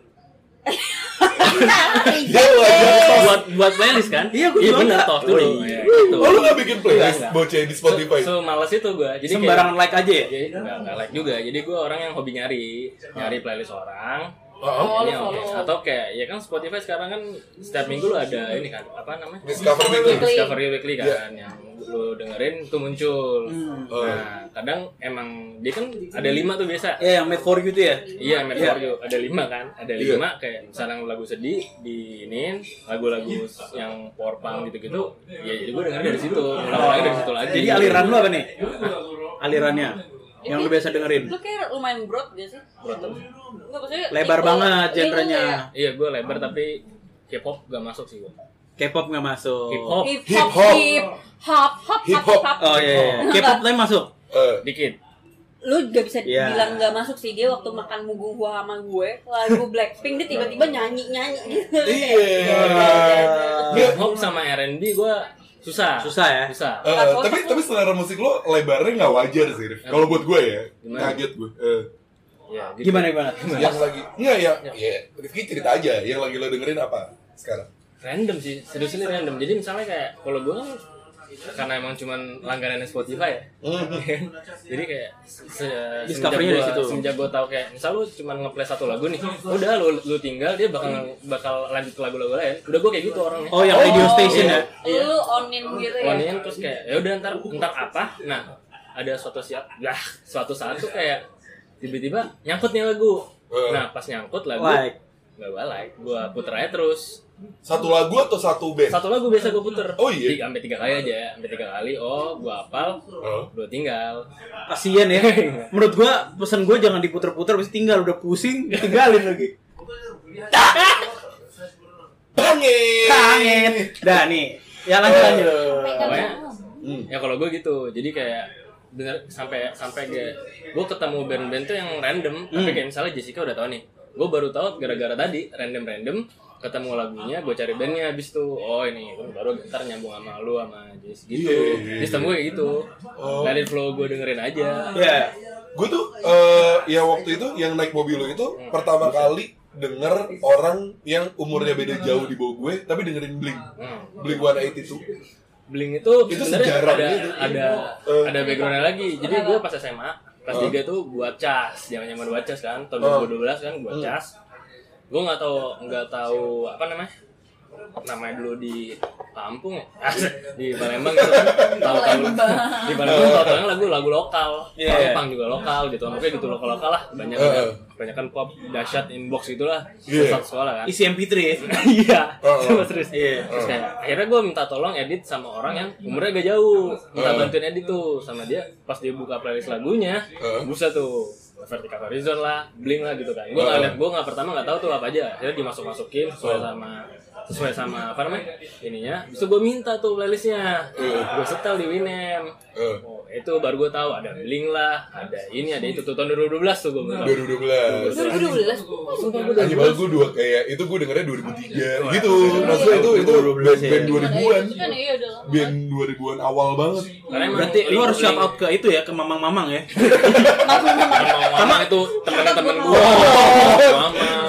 Speaker 3: Nah,
Speaker 2: Jauh aja. tos.
Speaker 4: Buat buat playlist kan?
Speaker 1: Iya, gua juga
Speaker 4: bener
Speaker 1: enggak.
Speaker 4: toh dulu.
Speaker 1: Wih.
Speaker 4: Iya, gitu.
Speaker 2: Oh, lo nggak bikin playlist
Speaker 1: Enggak, enggak.
Speaker 2: bocah di Spotify?
Speaker 4: So, so malas itu gue. Jadi kayak-
Speaker 1: Sembarangan like aja ya.
Speaker 4: Jadi nggak nggak like juga. Jadi gue orang yang hobi nyari, nyari playlist orang.
Speaker 2: Heeh.
Speaker 3: Oh, lu
Speaker 4: Ini oke.
Speaker 3: follow.
Speaker 4: Atau kayak ya kan Spotify sekarang kan setiap minggu lu ada ini kan apa namanya?
Speaker 2: Discover Weekly. Iya.
Speaker 4: Discovery Weekly kan yang lu dengerin itu muncul.
Speaker 1: Hmm.
Speaker 2: Oh.
Speaker 4: Nah, kadang emang dia kan ada lima tuh
Speaker 2: Iya,
Speaker 4: biasa.
Speaker 1: Ya, yang made for you tuh ya.
Speaker 4: Iya, Mad
Speaker 1: Iya.
Speaker 4: For You. Ada lima kan? Ada
Speaker 2: Iya.
Speaker 4: lima kayak misalnya lagu sedih di ini, lagu-lagu yang power punk gitu-gitu. Ya jadi gue dengerin dari situ.
Speaker 1: Oh,
Speaker 4: Mulai dari situ lagi.
Speaker 1: Jadi aliran lu apa nih? Alirannya yang lu biasa dengerin.
Speaker 3: gitu. Lu kayak lumayan broad gak sih?
Speaker 4: Broad apa?
Speaker 3: Enggak, maksudnya
Speaker 1: Lebar
Speaker 3: tipe-
Speaker 1: banget
Speaker 3: tipe
Speaker 1: genrenya.
Speaker 3: kayak
Speaker 4: Iya, gue lebar tapi hip hop gak masuk sih gue.
Speaker 1: K-pop nggak masuk.
Speaker 4: Hip hop
Speaker 3: Hip
Speaker 2: Hip
Speaker 3: hop,
Speaker 2: hop.
Speaker 3: hip hop, hop,
Speaker 2: Hip hop.
Speaker 3: hop, hop.
Speaker 1: Oh iya, iya. K-pop tapi masuk.
Speaker 2: Eh,
Speaker 4: dikit.
Speaker 3: Lu gak bisa
Speaker 1: Iya.
Speaker 3: bilang gak masuk sih dia waktu makan mugung gua sama gue lagu Blackpink dia tiba-tiba nyanyi-nyanyi gitu.
Speaker 2: Iya.
Speaker 4: Hip hop sama R&B gue susah.
Speaker 1: Susah ya.
Speaker 4: Susah.
Speaker 2: Eh, tapi tapi selera musik lo lebarnya nggak wajar sih, Rif. Kalau buat gue ya,
Speaker 4: Gimana?
Speaker 2: kaget gue. Eh,
Speaker 4: Ya, gitu.
Speaker 1: Gimana gimana?
Speaker 2: yang lagi, nggak ya,
Speaker 4: Iya.
Speaker 2: ya. Rifki cerita aja. Yang lagi lo dengerin apa sekarang?
Speaker 4: Random sih, serius ini random. Jadi misalnya kayak kalau gue kan karena emang cuman langganan Spotify ya. jadi kayak se semenjak
Speaker 1: Discovery-nya dari
Speaker 4: gua-
Speaker 1: situ.
Speaker 4: semenjak gue tahu kayak misal lu cuma ngeplay satu lagu nih udah lu lu tinggal dia bakal bakal lanjut ke lagu-lagu lain udah gue kayak gitu orangnya
Speaker 1: Hmm. Oh, yang radio station ya.
Speaker 4: Iya.
Speaker 3: Lu onin gitu ya.
Speaker 4: Onin terus kayak ya udah ntar ntar apa nah ada suatu siap lah suatu saat tuh kayak tiba-tiba nyangkut nih lagu
Speaker 2: Eh,
Speaker 4: nah pas nyangkut lagu
Speaker 1: Like.
Speaker 4: nggak balai gue puter aja terus
Speaker 2: Satu lagu atau satu band?
Speaker 4: satu lagu biasa gue puter
Speaker 2: Oh, iya.
Speaker 4: Tiga- sampai tiga kali aja sampai tiga kali oh gue apal
Speaker 2: Oh.
Speaker 4: udah tinggal
Speaker 1: Kasian ya. Menurut gua pesan gua jangan diputer-puter habis tinggal udah pusing, tinggalin lagi.
Speaker 2: Bangin.
Speaker 1: Kangen. Dah nih. Ya lanjut lanjut.
Speaker 4: Pokoknya, ya kalau gue gitu jadi kayak bener sampai sampai kayak gue ketemu band-band tuh yang random tapi
Speaker 1: Hmm.
Speaker 4: kayak misalnya Jessica udah tahu nih gue baru tahu gara-gara tadi random-random ketemu lagunya gue cari bandnya abis tuh oh ini baru ntar nyambung sama lu sama Jess gitu
Speaker 2: Iya, iya, iya.
Speaker 4: sistem gue kayak gitu
Speaker 2: Oh.
Speaker 4: ngalir flow gue dengerin aja
Speaker 1: Ya.
Speaker 2: Gue tuh eh, ya waktu itu yang naik mobil lo itu
Speaker 4: Hmm.
Speaker 2: pertama kali denger orang yang umurnya beda jauh di bawah gue tapi dengerin Blink.
Speaker 4: Hmm.
Speaker 2: Blink 182.
Speaker 4: Bling itu,
Speaker 2: Itu
Speaker 4: sebenarnya
Speaker 2: sejarah
Speaker 4: ada,
Speaker 2: gitu.
Speaker 4: ada
Speaker 2: Eh.
Speaker 4: ada backgroundnya lagi. Jadi gue pas SMA kelas tiga tuh buat cas, zaman zaman buat cas kan, tahun
Speaker 2: Eh.
Speaker 4: 2012 kan buat cas. Gue nggak tahu nggak tahu apa namanya namanya dulu di kampung ya di Palembang gitu kan tahu tahu di Palembang tahu tahu lagu lagu lokal
Speaker 1: Iya.
Speaker 4: yeah. juga lokal gitu makanya gitu lokal lokal lah banyak
Speaker 2: Eh.
Speaker 4: banyak kan pop dahsyat inbox gitulah
Speaker 2: Iya.
Speaker 4: pusat sekolah kan
Speaker 1: Isi MP3 ya.
Speaker 4: iya
Speaker 2: Oh, oh.
Speaker 4: sama serius
Speaker 1: Iya.
Speaker 4: terus kayak akhirnya gue minta tolong edit sama orang yang umurnya gak jauh minta
Speaker 2: Oh.
Speaker 4: bantuin edit tuh sama dia pas dia buka playlist lagunya
Speaker 2: Oh.
Speaker 4: busa tuh Vertical Horizon lah, Blink lah gitu kan.
Speaker 2: Oh.
Speaker 4: Gue nggak liat, gue nggak pertama nggak tahu tuh apa aja. Akhirnya dimasuk masukin sesuai sama sesuai sama apa namanya ininya. Bisa gue minta tuh playlistnya, gue setel di Winem.
Speaker 2: Eh,
Speaker 4: Oh, itu baru gue tahu ada Blink lah, ada ini ada itu tuh tahun 2012 tuh gue minta.
Speaker 2: 2012.
Speaker 3: Lu dulu lah.
Speaker 4: Sumpah gue
Speaker 2: Anjing banget gue dua kayak itu gue dengernya 2003 gitu. Maksud gue itu
Speaker 1: 2012
Speaker 2: itu band,
Speaker 1: ya.
Speaker 2: band 2000-an.
Speaker 3: Kan iya udah lama.
Speaker 2: Band 2000-an awal banget.
Speaker 4: Karena emang
Speaker 1: Berarti lu
Speaker 4: Blink-
Speaker 1: harus shout
Speaker 4: Blink-
Speaker 1: out ke itu ya ke mamang-mamang ya.
Speaker 4: sama itu teman-teman
Speaker 3: Temen
Speaker 4: gua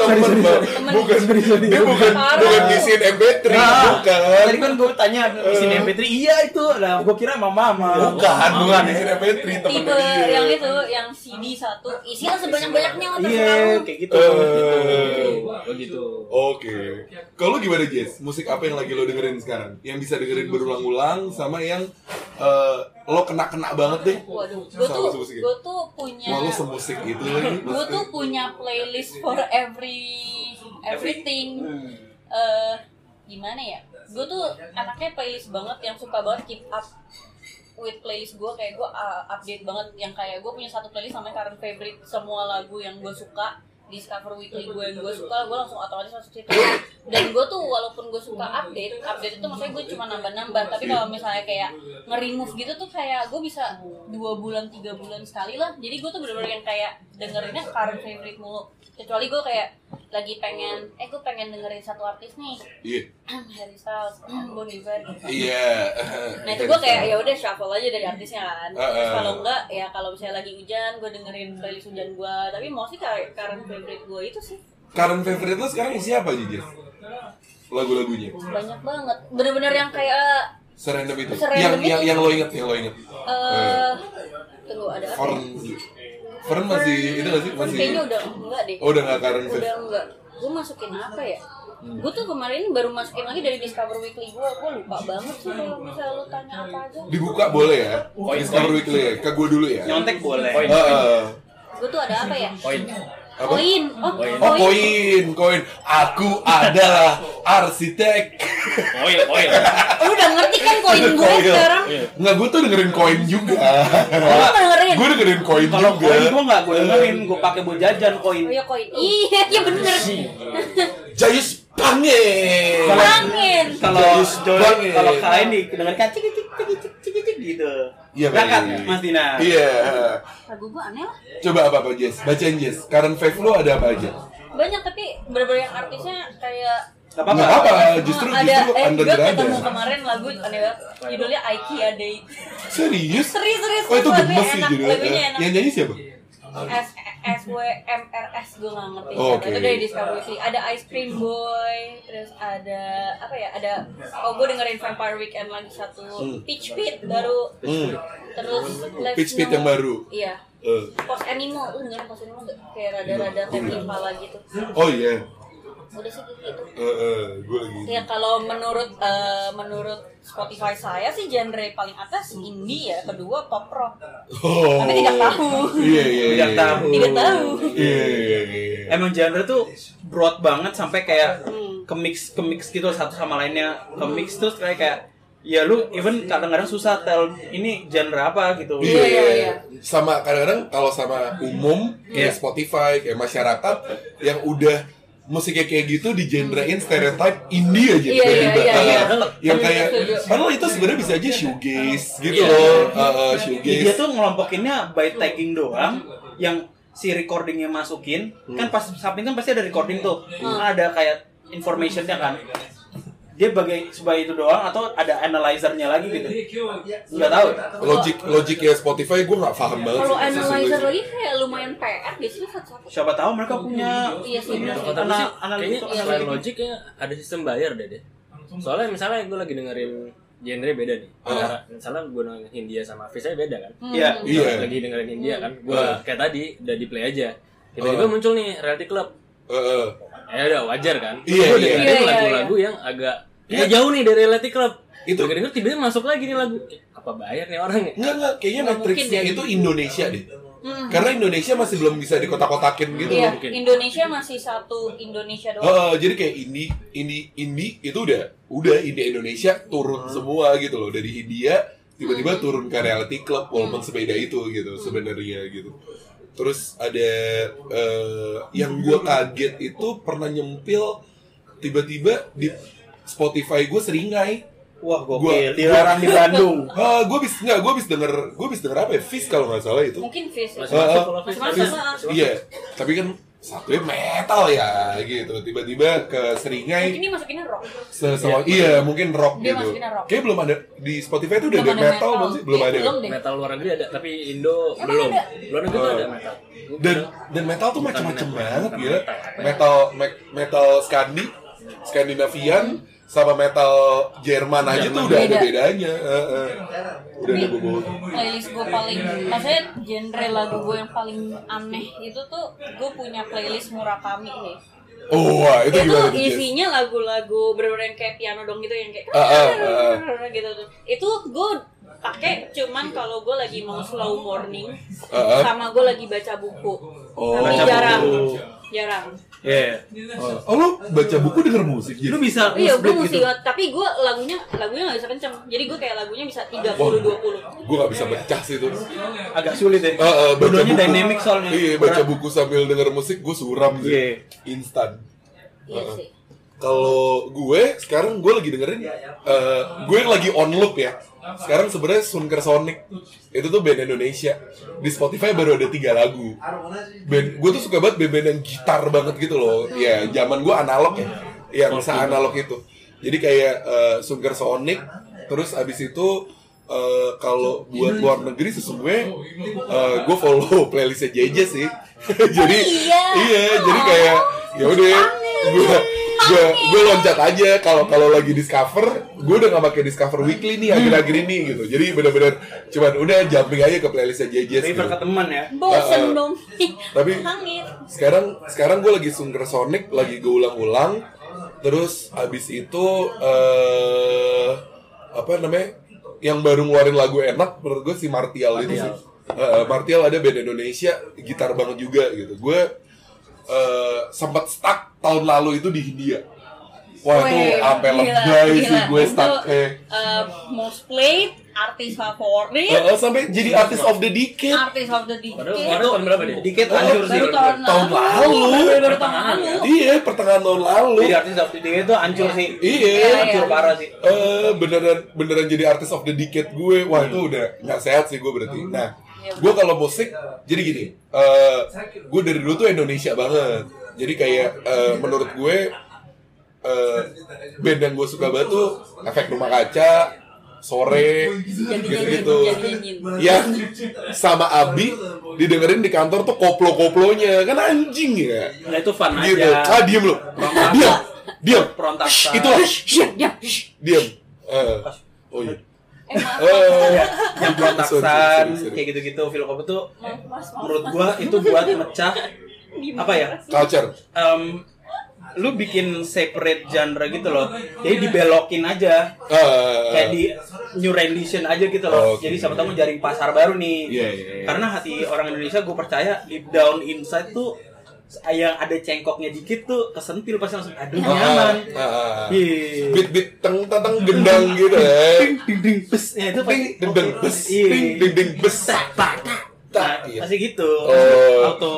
Speaker 2: Temen banget. Bukan dia bukan
Speaker 3: Parah. Nah.
Speaker 2: bukan ngisiin MP3
Speaker 1: Ah,
Speaker 2: bukan.
Speaker 1: Tadi kan gue tanya isi MP3, iya itu. Lah gue kira mamang-mamang.
Speaker 2: Eh. Bukan bukan ngisiin MP3 temen
Speaker 3: Tipe
Speaker 2: dia.
Speaker 3: yang itu yang CD satu isinya sebanyak-banyaknya lah
Speaker 1: Iya, kayak gitu.
Speaker 2: Eh,
Speaker 4: begitu
Speaker 2: Oke. Kalau gimana Jess? Musik apa yang lagi lo dengerin sekarang? Yang bisa dengerin berulang-ulang sama yang eh, lo kena-kena banget deh.
Speaker 3: Waduh, gue
Speaker 2: Sama
Speaker 3: tuh,
Speaker 2: semusiknya.
Speaker 3: gue tuh punya
Speaker 2: Wah lo semusik itu lagi.
Speaker 3: gue tuh punya playlist for every everything eh gimana ya gue tuh anaknya playlist banget yang suka banget keep up with playlist gue kayak gue uh, update banget yang kayak gue punya satu playlist sama current favorite semua lagu yang gue suka Discover Weekly gue yang gue suka, gue langsung otomatis masuk situ. Dan gue tuh walaupun gue suka update, update itu maksudnya gue cuma nambah-nambah. Tapi kalau misalnya kayak nge-remove gitu tuh kayak gue bisa dua bulan tiga bulan sekali lah. Jadi gue tuh bener-bener yang kayak dengerinnya current favorite mulu. Kecuali gue kayak lagi pengen, eh gue pengen dengerin satu artis nih,
Speaker 2: Iya.
Speaker 3: Harry Styles, Bon Iver.
Speaker 2: Iya. gitu.
Speaker 3: Nah itu gue kayak ya udah shuffle aja dari artisnya kan.
Speaker 2: Eh, eh.
Speaker 3: Terus kalau enggak ya kalau misalnya lagi hujan gue dengerin playlist hujan gue. Tapi mostly kayak current favorite gue itu sih
Speaker 2: Current favorite lo sekarang isi apa aja, Jeff? Lagu-lagunya.
Speaker 3: banyak banget. Bener-bener yang kayak
Speaker 2: Serendam itu.
Speaker 3: Serandom
Speaker 2: yang
Speaker 3: itu.
Speaker 2: yang yang lo inget, yang lo inget.
Speaker 3: eh tunggu ada apa?
Speaker 2: Fern. Fern masih itu nggak sih
Speaker 3: Fern
Speaker 2: masih?
Speaker 3: kayaknya udah enggak deh.
Speaker 2: Oh, udah nggak current
Speaker 3: Udah
Speaker 2: favorite.
Speaker 3: enggak. Gue masukin apa ya?
Speaker 2: Hmm.
Speaker 3: Gue tuh kemarin baru masukin lagi dari Discover Weekly gue. Gue lupa banget sih kalau misalnya lu tanya apa aja.
Speaker 2: Dibuka boleh ya?
Speaker 4: Poin,
Speaker 2: Discover
Speaker 4: poin.
Speaker 2: Weekly ya? Ke gue dulu ya?
Speaker 1: Oh, iya. Nyontek boleh.
Speaker 4: Poin.
Speaker 2: Heeh.
Speaker 3: Gue tuh ada apa ya?
Speaker 4: Poin.
Speaker 2: Apa?
Speaker 3: Koin. Oh,
Speaker 4: Koin.
Speaker 2: Oh
Speaker 3: koin.
Speaker 2: koin, koin. Aku adalah arsitek.
Speaker 4: Koil, koil.
Speaker 3: Lu udah ngerti kan koin gue
Speaker 2: Koil.
Speaker 3: sekarang?
Speaker 2: Iya. Nggak, gue tuh dengerin koin juga.
Speaker 3: Lu pernah dengerin?
Speaker 2: gue dengerin koin
Speaker 1: Kalau
Speaker 2: juga.
Speaker 1: koin gue nggak
Speaker 2: Eh.
Speaker 1: gue dengerin, gue pakai buat jajan koin.
Speaker 3: Oh ya koin. Iya, iya bener.
Speaker 2: Jayus Pange.
Speaker 1: Kalau-
Speaker 3: Angin.
Speaker 1: Kalau
Speaker 2: Jayus banget.
Speaker 1: kalau kain nih dengarkan cik cik cik cik cik cik gitu.
Speaker 2: Iya,
Speaker 1: Berangkat
Speaker 2: Bang.
Speaker 1: Mas Dina.
Speaker 2: Iya.
Speaker 3: Lagu gua aneh lah.
Speaker 2: Coba apa apa Jess? Bacain Jess. Current fave lo ada apa aja?
Speaker 3: Banyak tapi bener-bener yang artisnya kayak
Speaker 1: Gak
Speaker 2: Nggak
Speaker 1: apa-apa.
Speaker 2: apa-apa. Eh, Justru
Speaker 3: ada
Speaker 2: justru
Speaker 3: eh
Speaker 2: under
Speaker 3: gua
Speaker 2: the radar.
Speaker 3: ketemu kemarin lagu aneh banget. Judulnya IKEA Day.
Speaker 2: Serius?
Speaker 3: Serius serius.
Speaker 2: Oh itu
Speaker 3: lagunya
Speaker 2: gemes sih
Speaker 3: enak,
Speaker 2: judulnya. Eh,
Speaker 3: Lagunya enak.
Speaker 2: Yang nyanyi siapa?
Speaker 3: S S W M R S gue nggak ngerti.
Speaker 2: Oh,
Speaker 3: siapa.
Speaker 2: oke.
Speaker 3: Itu dari Discovery Weekly. Ada Ice Cream Boy, terus ada apa ya? Ada oh gue dengerin Vampire Weekend lagi satu. Pitch Pit baru.
Speaker 2: Hmm.
Speaker 3: Terus Let's
Speaker 2: Pitch Pit
Speaker 3: Know-
Speaker 2: yang baru.
Speaker 3: Iya.
Speaker 2: Eh.
Speaker 3: Pos Animal, lu dengerin Pos Animal nggak? Kayak rada-rada
Speaker 2: Iya,
Speaker 3: tapi impala gitu.
Speaker 2: Oh iya.
Speaker 3: Udah sih gitu.
Speaker 2: Eh, eh, gue lagi.
Speaker 3: Ya kalau menurut eh, menurut Spotify saya sih genre paling atas indie ya, kedua pop rock.
Speaker 2: Oh.
Speaker 3: Tapi tidak tahu.
Speaker 2: Iya iya.
Speaker 1: Tidak
Speaker 2: iya.
Speaker 1: tahu.
Speaker 3: Tidak tahu.
Speaker 2: Iya iya iya.
Speaker 1: Emang genre tuh broad banget sampai kayak
Speaker 3: Hmm.
Speaker 1: ke mix ke mix gitu satu sama lainnya ke mix terus kayak kayak ya lu even kadang-kadang susah tell ini genre apa gitu.
Speaker 2: Iya,
Speaker 3: Iya, iya, iya.
Speaker 2: sama kadang-kadang kalau sama umum kayak
Speaker 1: Iya.
Speaker 2: Spotify kayak masyarakat yang udah musiknya kayak gitu di genrein stereotype indie aja
Speaker 3: Iya, iya,
Speaker 2: tiba-tiba.
Speaker 3: iya, iya.
Speaker 2: Ah, yang kayak
Speaker 3: Setuju.
Speaker 2: padahal itu sebenarnya bisa aja shoegaze gitu
Speaker 4: Iya.
Speaker 2: loh Ah, ah, shoegaze
Speaker 1: Dia tuh ngelompokinnya by tagging doang yang si recordingnya masukin kan pas samping kan pasti ada recording tuh
Speaker 3: Hmm.
Speaker 1: kan ada kayak informationnya kan dia bagai sebagai itu doang atau ada analyzernya lagi gitu nggak tahu
Speaker 2: logic logic ya Spotify gue nggak paham banget
Speaker 3: Kalau
Speaker 2: sih,
Speaker 3: analyzer
Speaker 2: sesungguhnya.
Speaker 3: lagi kayak lumayan PR di sini satu-satu.
Speaker 1: siapa tahu mereka punya
Speaker 3: Iya sih, Iya, benar.
Speaker 1: Anak-
Speaker 4: Oh, tapi sih,
Speaker 1: anak gitu. Iya.
Speaker 4: kayaknya
Speaker 1: itu, anak
Speaker 4: selain
Speaker 1: itu.
Speaker 4: logik ya ada sistem bayar deh deh. Soalnya misalnya gue lagi dengerin genre beda nih.
Speaker 2: Ah.
Speaker 4: Antara misalnya gue dengerin Hindia sama Hafiz aja beda kan.
Speaker 1: Iya.
Speaker 3: Hmm.
Speaker 2: Iya.
Speaker 4: Lagi dengerin Hindia kan. Gue
Speaker 2: Ah.
Speaker 4: kayak tadi udah di play aja. Tiba-tiba
Speaker 2: Ah.
Speaker 4: muncul nih Reality Club.
Speaker 2: Eh, eh.
Speaker 4: Ya udah wajar kan.
Speaker 2: Iya,
Speaker 4: Gue
Speaker 2: iya.
Speaker 3: Iya,
Speaker 4: dengerin
Speaker 3: iya,
Speaker 4: lagu-lagu yang agak ya jauh nih dari Reality Club.
Speaker 2: Itu.
Speaker 4: Itu denger tiba-tiba masuk lagi nih lagu. Apa bayar nih orang ya?
Speaker 2: Nggak, nggak, kayaknya
Speaker 3: Nggak
Speaker 2: Matrixnya
Speaker 3: mungkin ya.
Speaker 2: itu Indonesia deh
Speaker 3: Hmm.
Speaker 2: karena Indonesia masih belum bisa dikotak-kotakin gitu
Speaker 3: Iya,
Speaker 2: loh.
Speaker 4: mungkin.
Speaker 3: Indonesia masih satu Indonesia
Speaker 2: Oh,
Speaker 3: doang.
Speaker 2: oh, jadi kayak indie, indie, indie itu udah, udah indie Indonesia turun
Speaker 4: Hmm.
Speaker 2: semua gitu loh dari India tiba-tiba turun ke reality club walaupun
Speaker 4: Hmm.
Speaker 2: sepeda itu gitu sebenarnya gitu. Terus ada eh, yang
Speaker 4: Hmm.
Speaker 2: gua kaget itu pernah nyempil tiba-tiba di Spotify gue seringai.
Speaker 1: wah
Speaker 2: Gua-
Speaker 1: gokil dilarang di Bandung
Speaker 2: Ah, gue bis nggak gue bis denger gue bis denger apa ya? Fizz kalau nggak salah itu.
Speaker 3: Mungkin Fizz.
Speaker 4: Masih
Speaker 2: Ah,
Speaker 4: masuk
Speaker 2: ah.
Speaker 4: kalau Hafiz.
Speaker 3: Masih
Speaker 2: Fizz,
Speaker 3: masuk, ah.
Speaker 2: Iya, tapi kan satunya metal ya gitu. Tiba-tiba ke seringai.
Speaker 3: Mungkin ini masukinnya rock.
Speaker 2: Sesewa, iya mungkin rock
Speaker 3: Dia
Speaker 2: gitu.
Speaker 3: masukinnya rock.
Speaker 2: Kayak belum ada di Spotify tuh udah
Speaker 3: Belum
Speaker 2: ada
Speaker 3: ada
Speaker 2: metal
Speaker 3: metal.
Speaker 2: belum sih? Belum
Speaker 3: Iya,
Speaker 2: ada. ya?
Speaker 3: belum deh.
Speaker 4: Metal luar negeri ada, tapi Indo belum. Luar negeri
Speaker 2: Ah.
Speaker 4: tuh ada metal.
Speaker 2: Dan dan metal tuh macam-macam
Speaker 4: metal,
Speaker 2: banget
Speaker 4: bukan
Speaker 2: gila.
Speaker 4: metal apa ya?
Speaker 2: Metal me- metal Skandi, Skandinavian sama metal Jerman aja tuh
Speaker 4: Jerman.
Speaker 2: udah ada
Speaker 3: Beda.
Speaker 2: bedanya. Eh, eh. Udah ada
Speaker 3: Tapi-
Speaker 2: bobo.
Speaker 3: playlist gue paling maksudnya genre lagu gue yang paling aneh itu tuh gue punya playlist Murakami nih
Speaker 2: Oh, wah, itu
Speaker 3: itu,
Speaker 2: gimana tuh? Jess?
Speaker 3: isinya lagu-lagu bener-bener yang kayak piano dong gitu yang kayak
Speaker 2: Ah, ah, ah,
Speaker 3: gitu tuh itu gue pakai cuman kalau gue lagi mau slow morning
Speaker 2: Ah, ah.
Speaker 3: sama gue lagi baca buku
Speaker 2: Oh.
Speaker 3: tapi
Speaker 1: Baca
Speaker 3: jarang
Speaker 1: buku.
Speaker 3: jarang
Speaker 1: Iya.
Speaker 2: Oh, oh, lu baca buku denger musik
Speaker 1: Lu
Speaker 2: gitu?
Speaker 1: gitu. bisa
Speaker 3: Iya, gue
Speaker 1: nge-split
Speaker 3: mesti tapi gue lagunya lagunya nggak bisa kenceng. Jadi gue kayak lagunya bisa 30 20.
Speaker 2: Gue gak bisa pecah sih itu.
Speaker 1: Agak sulit ya.
Speaker 2: Eh, eh, baca
Speaker 1: Dua-duanya
Speaker 2: buku.
Speaker 1: dynamic soalnya.
Speaker 2: Iya, baca buku sambil denger musik gue suram sih.
Speaker 1: Iya.
Speaker 2: Instan.
Speaker 3: Iya
Speaker 2: Ah,
Speaker 3: sih.
Speaker 2: Kalau gue sekarang gue lagi dengerin eh, gue lagi on loop ya. Sekarang sebenarnya Sunker Sonic itu tuh band Indonesia. Di Spotify baru ada tiga lagu. Band gue tuh suka banget band-band yang gitar banget gitu loh. Ya zaman gue analog ya, yang se-analog itu. Jadi kayak eh, Sunker Sonic terus abis itu eh, kalau buat luar negeri sesungguhnya eh, gue follow playlistnya JJ sih. jadi
Speaker 3: iya.
Speaker 2: jadi kayak ya udah gue gue gue loncat aja kalau kalau lagi discover gue udah gak pakai discover weekly nih akhir-akhir ini gitu jadi benar-benar cuman udah jumping aja ke playlistnya JJ gitu.
Speaker 1: River ke teman ya.
Speaker 2: Eh,
Speaker 3: Bosen
Speaker 2: eh,
Speaker 3: dong.
Speaker 2: tapi
Speaker 3: Hangit.
Speaker 2: sekarang sekarang gue lagi sungker Sonic lagi gue ulang-ulang terus abis itu eh apa namanya yang baru ngeluarin lagu enak menurut gue si Martial itu sih Eh, eh, Martial ada band Indonesia gitar banget juga gitu gue eh sempat stuck tahun lalu itu di Hindia wah itu
Speaker 3: Weh,
Speaker 2: sampai
Speaker 3: gila,
Speaker 2: lebay
Speaker 3: gila.
Speaker 2: sih gue
Speaker 3: Itu,
Speaker 2: stuck eh
Speaker 3: eh, most played,
Speaker 2: Eh,
Speaker 3: artis favorit,
Speaker 2: eh, sampai
Speaker 3: Iya.
Speaker 2: jadi artist of the decade
Speaker 3: artis of the
Speaker 4: Padahal
Speaker 3: decade.
Speaker 4: kemarin tahun berapa deh?
Speaker 1: Dikit
Speaker 2: Oh,
Speaker 1: hancur sih.
Speaker 3: Baru tahun
Speaker 2: tahun lalu.
Speaker 3: Baru- Baru tahun lalu.
Speaker 2: iya pertengahan tahun lalu
Speaker 1: Jadi artis Iya, waktu dia itu hancur sih.
Speaker 2: Iya.
Speaker 1: Hancur parah sih.
Speaker 2: eh beneran beneran jadi artis of the decade gue wah itu udah nggak sehat sih gue berarti nah gue kalau musik jadi gini eh gue dari dulu tuh Indonesia banget jadi kayak eh, menurut gue eh band yang gue suka banget tuh efek rumah kaca sore gitu-gitu
Speaker 3: Nyanyi-nyanyi.
Speaker 2: yang sama Abi didengerin di kantor tuh koplo-koplonya kan anjing ya
Speaker 1: Nah itu fun
Speaker 2: gitu ah
Speaker 1: aja.
Speaker 2: diem lu diem diem
Speaker 1: Perontakan.
Speaker 2: itulah diem Eh, oh iya
Speaker 3: Eh, maaf,
Speaker 2: Eh,
Speaker 1: yang
Speaker 2: Sorry,
Speaker 1: perontaksan
Speaker 2: sorry, sorry.
Speaker 1: kayak gitu. gitu-gitu film apa tuh
Speaker 3: maaf, maaf, maaf.
Speaker 1: menurut gua itu buat mecah apa ya
Speaker 2: culture
Speaker 1: em, lu bikin separate genre gitu loh jadi dibelokin aja
Speaker 2: Eh,
Speaker 1: kayak di new rendition aja gitu loh
Speaker 2: Oh, Oke.
Speaker 1: jadi siapa tahu jaring pasar baru nih
Speaker 2: Iya, iya, iya.
Speaker 1: karena hati orang Indonesia gue percaya deep down inside tuh yang ada cengkoknya dikit tuh kesentil pasti langsung aduh
Speaker 2: ah,
Speaker 1: nyaman
Speaker 2: ah, ah.
Speaker 1: Iya.
Speaker 2: beat beat teng teng teng gendang gitu ya
Speaker 1: ding ding ding bes ya itu
Speaker 2: ding
Speaker 1: pasti
Speaker 2: ding ding bes
Speaker 1: Iya.
Speaker 2: ding ding ding bes
Speaker 1: tak tak tak
Speaker 2: tak
Speaker 1: Nah,
Speaker 2: Iya.
Speaker 1: pasti gitu
Speaker 2: Oh.
Speaker 1: auto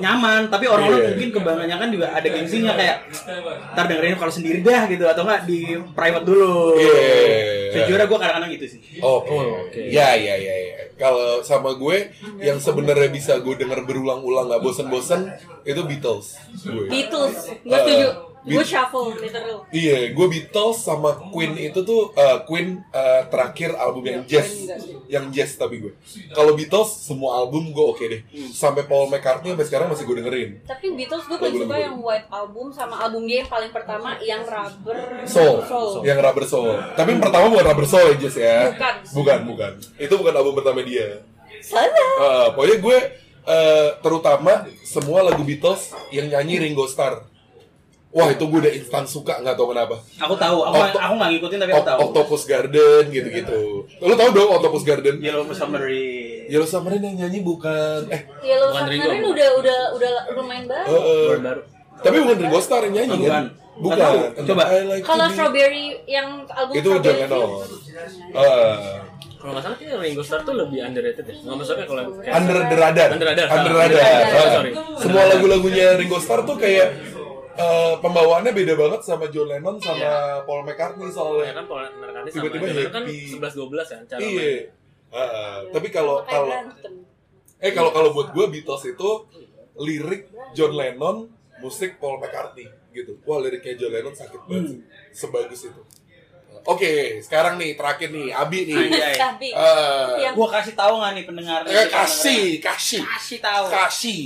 Speaker 1: nyaman tapi orang-orang
Speaker 2: Iya.
Speaker 1: mungkin kebanyakan kan juga ada gengsinya kayak ntar dengerin kalau sendiri dah gitu atau enggak di private dulu
Speaker 2: Iya.
Speaker 1: sejujurnya gue kadang-kadang gitu sih
Speaker 2: Oke.
Speaker 4: oke.
Speaker 2: Ya, ya, ya, ya. Kalau sama gue, yang sebenarnya bisa gue denger berulang-ulang nggak bosen-bosen itu Beatles. Gue.
Speaker 3: Beatles, gue setuju.
Speaker 2: Eh,
Speaker 3: Gue
Speaker 2: Beat-
Speaker 3: shuffle, literal.
Speaker 2: Iya, gue Beatles sama Queen itu tuh eh, Queen eh, terakhir album yang
Speaker 3: Iya,
Speaker 2: jazz, yang jazz tapi gue. Kalau Beatles semua album gue oke deh, sampai Paul McCartney sampai sekarang masih gue dengerin.
Speaker 3: Tapi Beatles gue paling suka yang White Album sama album dia yang paling pertama yang Rubber
Speaker 2: Soul, yang Rubber Soul. Tapi yang pertama bukan Rubber Soul ya Jazz ya.
Speaker 3: Bukan.
Speaker 2: Bukan, bukan. Itu bukan album pertama dia.
Speaker 3: Salah.
Speaker 2: Eh, pokoknya gue eh, terutama semua lagu Beatles yang nyanyi Ringo Starr. Wah itu gue udah instan suka nggak tau kenapa.
Speaker 1: aku tahu aku
Speaker 2: Octo-
Speaker 1: aku nggak ngikutin tapi aku
Speaker 2: Oct-
Speaker 1: tahu
Speaker 2: Octopus Garden gitu-gitu. Lo tau dong Octopus Garden?
Speaker 1: Yellow Submarine
Speaker 2: Yellow Submarine yang nyanyi bukan eh
Speaker 3: Yellow
Speaker 4: Bukan
Speaker 3: Submarine
Speaker 4: Ringo.
Speaker 3: ya udah udah udah lumayan banget.
Speaker 2: eh,
Speaker 4: Baru- baru.
Speaker 2: tapi bukan Ringo Starr yang nyanyi
Speaker 1: Oh, bukan.
Speaker 2: kan? Bukan.
Speaker 1: Nggak tahu. Coba.
Speaker 2: I like to
Speaker 3: Kalau
Speaker 2: be-
Speaker 3: Strawberry yang album
Speaker 2: itu John
Speaker 3: Strawberry
Speaker 2: Lennon.
Speaker 3: Fields.
Speaker 2: Eh,
Speaker 4: Kalau nggak salah kayaknya Ringo Starr tuh lebih underrated ya. Nggak maksudnya kalau kayak
Speaker 2: under the radar.
Speaker 4: Under radar, salah.
Speaker 2: Under
Speaker 4: Under
Speaker 2: radar.
Speaker 4: radar,
Speaker 2: Eh,
Speaker 4: sorry.
Speaker 2: Semua lagu-lagunya Ringo Starr tuh kayak eh, pembawaannya beda banget sama John Lennon sama Paul McCartney
Speaker 4: ya
Speaker 2: soalnya.
Speaker 4: kan pola narkani sama
Speaker 2: Tiba-tiba
Speaker 4: Tiba-tiba kan
Speaker 2: happy.
Speaker 4: 11 12 kan cara
Speaker 2: Iya.
Speaker 4: mainnya.
Speaker 2: Eh, eh, tapi kalau
Speaker 3: Makanya
Speaker 2: kalau
Speaker 3: berantem.
Speaker 2: eh kalau kalau buat gue Beatles itu lirik John Lennon, musik Paul McCartney gitu. Wah liriknya John Lennon sakit banget,
Speaker 1: Hmm.
Speaker 2: sih. sebagus itu. Oke, sekarang nih terakhir nih Abi nih.
Speaker 1: Anjay.
Speaker 3: Nah, Tapi
Speaker 2: Eh,
Speaker 3: yang
Speaker 1: gue kasih tahu nggak nih pendengar
Speaker 2: eh, kasih, kasih,
Speaker 1: kasih tahu
Speaker 2: kasih,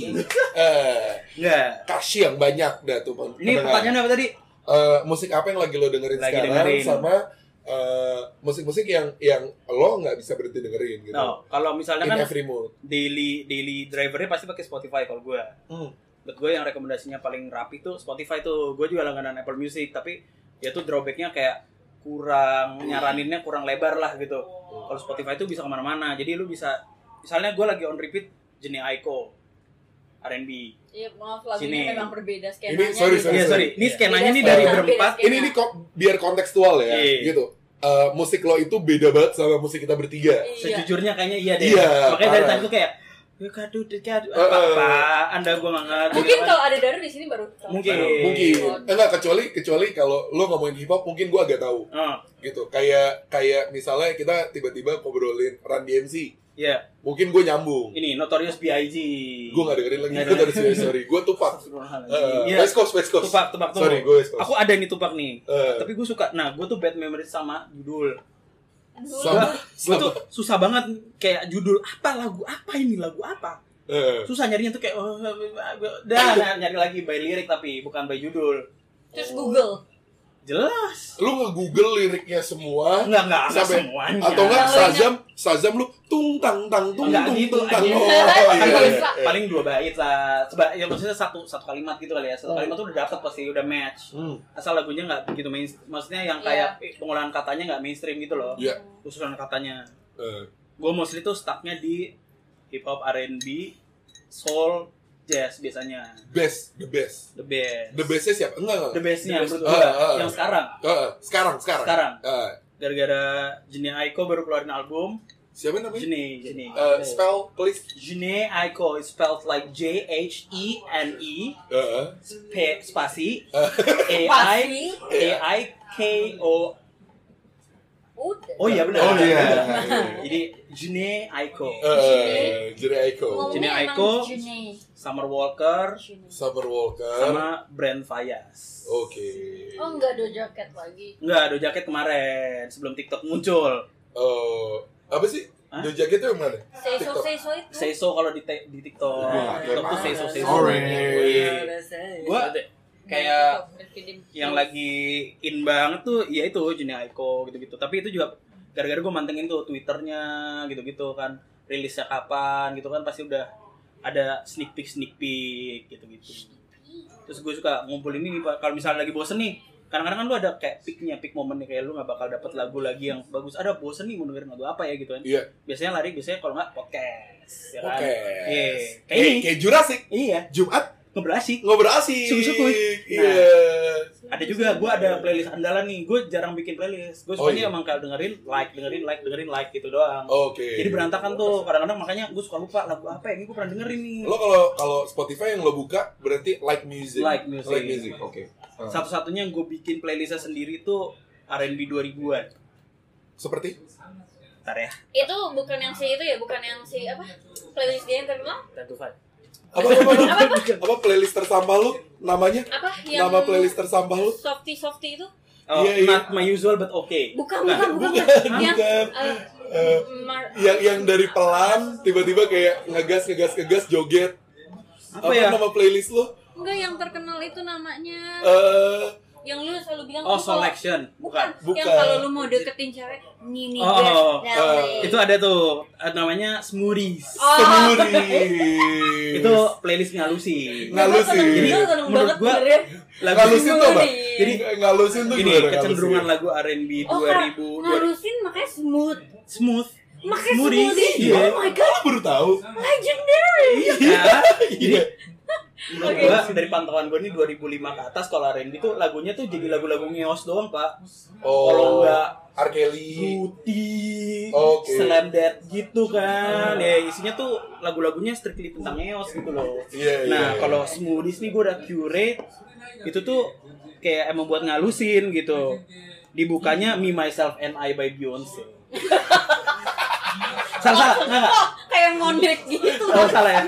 Speaker 2: Eh,
Speaker 1: nggak
Speaker 2: kasih yang banyak dah tuh pen-
Speaker 1: ini
Speaker 2: pendengar.
Speaker 1: pertanyaannya apa tadi
Speaker 2: Eh, musik apa yang lagi lo dengerin
Speaker 1: Lagi
Speaker 2: sekarang
Speaker 1: dengerin.
Speaker 2: sama eh, musik-musik yang yang lo nggak bisa berhenti dengerin gitu.
Speaker 1: no kalau misalnya
Speaker 2: In
Speaker 1: kan
Speaker 2: every mood.
Speaker 1: daily daily drivernya pasti pakai Spotify kalau gue
Speaker 2: Hmm.
Speaker 1: buat gue yang rekomendasinya paling rapi tuh Spotify tuh gue juga langganan Apple Music tapi ya tuh drawbacknya kayak kurang nyaraninnya kurang lebar lah gitu kalau Spotify tuh bisa kemana-mana jadi lu bisa misalnya gue lagi on repeat Jenny Aiko R&B.
Speaker 3: Iya, maaf
Speaker 1: Sini.
Speaker 3: lagunya memang berbeda
Speaker 2: Ini,
Speaker 3: skenanya.
Speaker 2: sorry,
Speaker 1: Iya,
Speaker 3: gitu.
Speaker 2: sorry.
Speaker 1: sorry. Ini
Speaker 2: Iya.
Speaker 1: skenanya nih
Speaker 3: Beda
Speaker 1: dari
Speaker 3: skena,
Speaker 1: berempat.
Speaker 3: beda skena.
Speaker 2: ini ini kok biar kontekstual ya
Speaker 1: Iya.
Speaker 2: gitu Eh, musik lo itu beda banget sama musik kita bertiga
Speaker 3: Iya.
Speaker 1: Sejujurnya kayaknya iya deh.
Speaker 2: Iya,
Speaker 1: Makanya dari
Speaker 2: parah.
Speaker 1: tadi tuh kayak Ya kadu, kadu,
Speaker 2: Eh, eh.
Speaker 1: apa, anda gue nggak ngerti.
Speaker 3: Mungkin kalau ada Daru di sini baru tahu.
Speaker 1: Mungkin. Iya.
Speaker 2: mungkin Eh, enggak kecuali kecuali kalau lo ngomongin hip hop mungkin gue agak tahu
Speaker 1: Oh,
Speaker 2: gitu kayak kayak misalnya kita tiba-tiba ngobrolin Run DMC
Speaker 1: ya.
Speaker 2: mungkin gue nyambung
Speaker 1: Ini Notorious B.I.G.
Speaker 2: gue gak dengerin lagi
Speaker 1: Nggak
Speaker 2: gue
Speaker 1: dengerin.
Speaker 2: dari sorry, sorry gue tupak Eh,
Speaker 1: Iya.
Speaker 2: West Coast West Coast
Speaker 1: Tupak, tupak, tupak.
Speaker 2: sorry gue West Coast
Speaker 1: Aku ada nih tupak nih.
Speaker 2: Eh,
Speaker 1: Tapi gue suka. Nah, gue tuh bad memory sama judul.
Speaker 3: Dulu
Speaker 2: Sama.
Speaker 1: Gua- Gue tuh susah banget kayak judul apa lagu apa ini lagu apa.
Speaker 2: eh.
Speaker 1: Susah nyarinya tuh kayak oh, dah nah, nyari lagi by lirik tapi bukan by judul.
Speaker 3: terus Google.
Speaker 1: Jelas.
Speaker 2: lu nge-google liriknya semua
Speaker 1: Enggak enggak enggak
Speaker 2: Sampai-
Speaker 1: semuanya.
Speaker 2: ya? atau enggak
Speaker 3: Kalau
Speaker 2: Shazam Shazam lu tung tang tang tung
Speaker 1: Iya. Enggak
Speaker 2: tung
Speaker 1: gitu,
Speaker 2: tung tang
Speaker 1: anjing.
Speaker 2: oh iya,
Speaker 1: Kan
Speaker 2: iya,
Speaker 1: paling,
Speaker 2: iya.
Speaker 1: paling dua bait lah. Seba, ya maksudnya satu satu kalimat gitu kali ya. Satu kalimat tuh udah dapet pasti udah match.
Speaker 2: Hmm.
Speaker 1: Asal lagunya nggak begitu main, maksudnya yang kayak eh, pengolahan katanya nggak mainstream gitu loh.
Speaker 2: Iya.
Speaker 1: Usulan katanya.
Speaker 2: Eh,
Speaker 1: gue mostly tuh stucknya di hip hop R&B soul jazz biasanya
Speaker 2: best the best
Speaker 1: the best
Speaker 2: the bestnya siapa enggak enggak
Speaker 1: the bestnya
Speaker 2: The best.
Speaker 1: menurut gue
Speaker 2: Ah, ah, ah.
Speaker 1: yang sekarang
Speaker 2: Eh, eh, sekarang sekarang
Speaker 1: sekarang
Speaker 2: Eh,
Speaker 1: gara-gara Jenny Aiko baru keluarin album
Speaker 2: siapa namanya
Speaker 1: Jenny Jenny
Speaker 2: Eh, spell please
Speaker 1: Jenny Aiko is spelled like J H E N E
Speaker 2: Eh, eh.
Speaker 1: sp- spasi
Speaker 2: Ah.
Speaker 1: A I A I K O
Speaker 3: Udah.
Speaker 1: oh iya benar
Speaker 2: Oh, iya.
Speaker 1: jadi Jenny Aiko
Speaker 2: Eh, Jerry Aiko
Speaker 1: Jenny
Speaker 3: Ngomongnya emang
Speaker 1: Aiko.
Speaker 3: Juni.
Speaker 1: Summer Walker
Speaker 2: Eh.
Speaker 3: Juni.
Speaker 2: Summer Walker
Speaker 1: sama Brand Fayas
Speaker 2: oke
Speaker 3: Oh enggak do jaket lagi.
Speaker 1: Enggak, Do Jacket kemarin sebelum TikTok muncul.
Speaker 2: Eh, apa sih
Speaker 1: Hah?
Speaker 2: The Jacket itu yang mana
Speaker 3: Say so
Speaker 2: TikTok.
Speaker 3: say so itu.
Speaker 1: Say so kalau di, te- di TikTok.
Speaker 2: Wah,
Speaker 1: TikTok tuh
Speaker 2: emang.
Speaker 1: say so say so.
Speaker 2: Sorry.
Speaker 1: iya, Gua kayak yang lagi in banget tuh ya itu Juni Aiko gitu-gitu. Tapi itu juga gara-gara gue mantengin tuh Twitternya gitu-gitu kan. Rilisnya kapan gitu kan pasti udah ada sneak peek sneak peek gitu-gitu. Terus gue suka ngumpulin ini Pak. kalau misalnya lagi bosen nih. Kadang-kadang kan lu ada kayak peaknya, peak momen nih kayak lu nggak bakal dapet lagu lagi yang bagus. Ada bosen nih mau dengerin lagu apa ya gitu kan.
Speaker 2: Iya.
Speaker 1: Biasanya lari biasanya kalau nggak podcast. Ya kan?
Speaker 2: oke Eh,
Speaker 1: Iya. Kayak
Speaker 2: kayak
Speaker 1: ini.
Speaker 2: kayak Jurassic
Speaker 1: Iya,
Speaker 2: Jumat
Speaker 1: ngobrol asik.
Speaker 2: ngobrol asik.
Speaker 1: Sungguh-sungguh.
Speaker 2: Iya.
Speaker 1: ada juga gue ada playlist andalan nih gue jarang bikin playlist gue
Speaker 2: Oh,
Speaker 1: sukanya
Speaker 2: iya. Oh,
Speaker 1: emang kalau dengerin like dengerin like dengerin like gitu doang
Speaker 2: Oke.
Speaker 1: jadi berantakan tuh kadang-kadang makanya gue suka lupa lagu apa yang gue pernah dengerin nih
Speaker 2: Lo kalau kalau Spotify yang lo buka berarti like music.
Speaker 1: Like music.
Speaker 2: Like music. Oke. Ah.
Speaker 1: satu-satunya yang gue bikin playlistnya sendiri tuh R&B 2000-an
Speaker 2: Seperti
Speaker 1: ntar ya
Speaker 3: itu bukan yang si itu ya, bukan yang si apa? Playlist dia yang terkenal?
Speaker 4: Ten to five.
Speaker 2: apa apa, apa, apa playlist tersampah lu namanya?
Speaker 3: Apa yang
Speaker 2: Nama playlist tersampah lu?
Speaker 3: Softy Softy itu?
Speaker 1: oh,
Speaker 2: Iya, iya.
Speaker 1: not my usual but okay
Speaker 3: Bukan,
Speaker 1: Nah,
Speaker 3: bukan, bukan. Yang
Speaker 2: Bukan.
Speaker 3: eh,
Speaker 2: Eh,
Speaker 3: Mar-
Speaker 2: yang yang dari pelan tiba-tiba kayak ngegas ngegas ngegas joget.
Speaker 1: apa
Speaker 2: Apa,
Speaker 1: ya
Speaker 2: nama playlist lu?
Speaker 3: enggak yang terkenal itu namanya.
Speaker 2: Eh,
Speaker 3: yang lu selalu bilang
Speaker 1: oh
Speaker 3: lu kalau-
Speaker 1: selection
Speaker 3: Bukan.
Speaker 1: bukan
Speaker 2: Bukan.
Speaker 3: Yang kalau lu mau deketin cewek, Nini
Speaker 1: Oh,
Speaker 3: Girls
Speaker 1: oh,
Speaker 3: Rally.
Speaker 2: eh,
Speaker 1: itu ada tuh eh, namanya smoothies
Speaker 3: Oh.
Speaker 2: Penulis.
Speaker 1: itu playlist ngalusi
Speaker 2: Nah, ngalusin.
Speaker 3: Jadi seneng
Speaker 1: Menurut
Speaker 3: banget
Speaker 1: gua,
Speaker 3: bener ya.
Speaker 2: ngalusin tuh apa?
Speaker 3: Ngalusin.
Speaker 2: Jadi ngalusin tuh
Speaker 1: ini ya,
Speaker 2: gimana
Speaker 1: kecenderungan
Speaker 2: ngalusin?
Speaker 1: lagu R&B
Speaker 3: Oh,
Speaker 1: 2000
Speaker 3: ngarusin makanya smooth.
Speaker 1: 2000. smooth
Speaker 3: Makanya
Speaker 1: Smoothies.
Speaker 3: smoothie.
Speaker 1: Iya.
Speaker 3: Oh my god,
Speaker 2: Lo baru tahu.
Speaker 3: legendary.
Speaker 1: ya jadi menurut
Speaker 3: Oke.
Speaker 1: gua, Iya, dari pantauan gue ini 2005 ke atas kalau R&B tuh lagunya tuh jadi lagu-lagu ngeos doang pak
Speaker 2: Oh.
Speaker 1: kalau nggak
Speaker 2: R. Kelly.
Speaker 1: Ruti,
Speaker 2: Iya. Oke.
Speaker 1: Slam Dead gitu kan ya isinya tuh lagu-lagunya strictly tentang ngeos gitu loh
Speaker 2: Iya, iya,
Speaker 1: nah
Speaker 2: iya.
Speaker 1: kalau Smoothies nih gue udah curate itu tuh kayak emang buat ngalusin gitu dibukanya Me Myself and I by Beyonce salah salah nggak nggak?
Speaker 3: Oh, kayak ngondek gitu.
Speaker 1: salah salah ya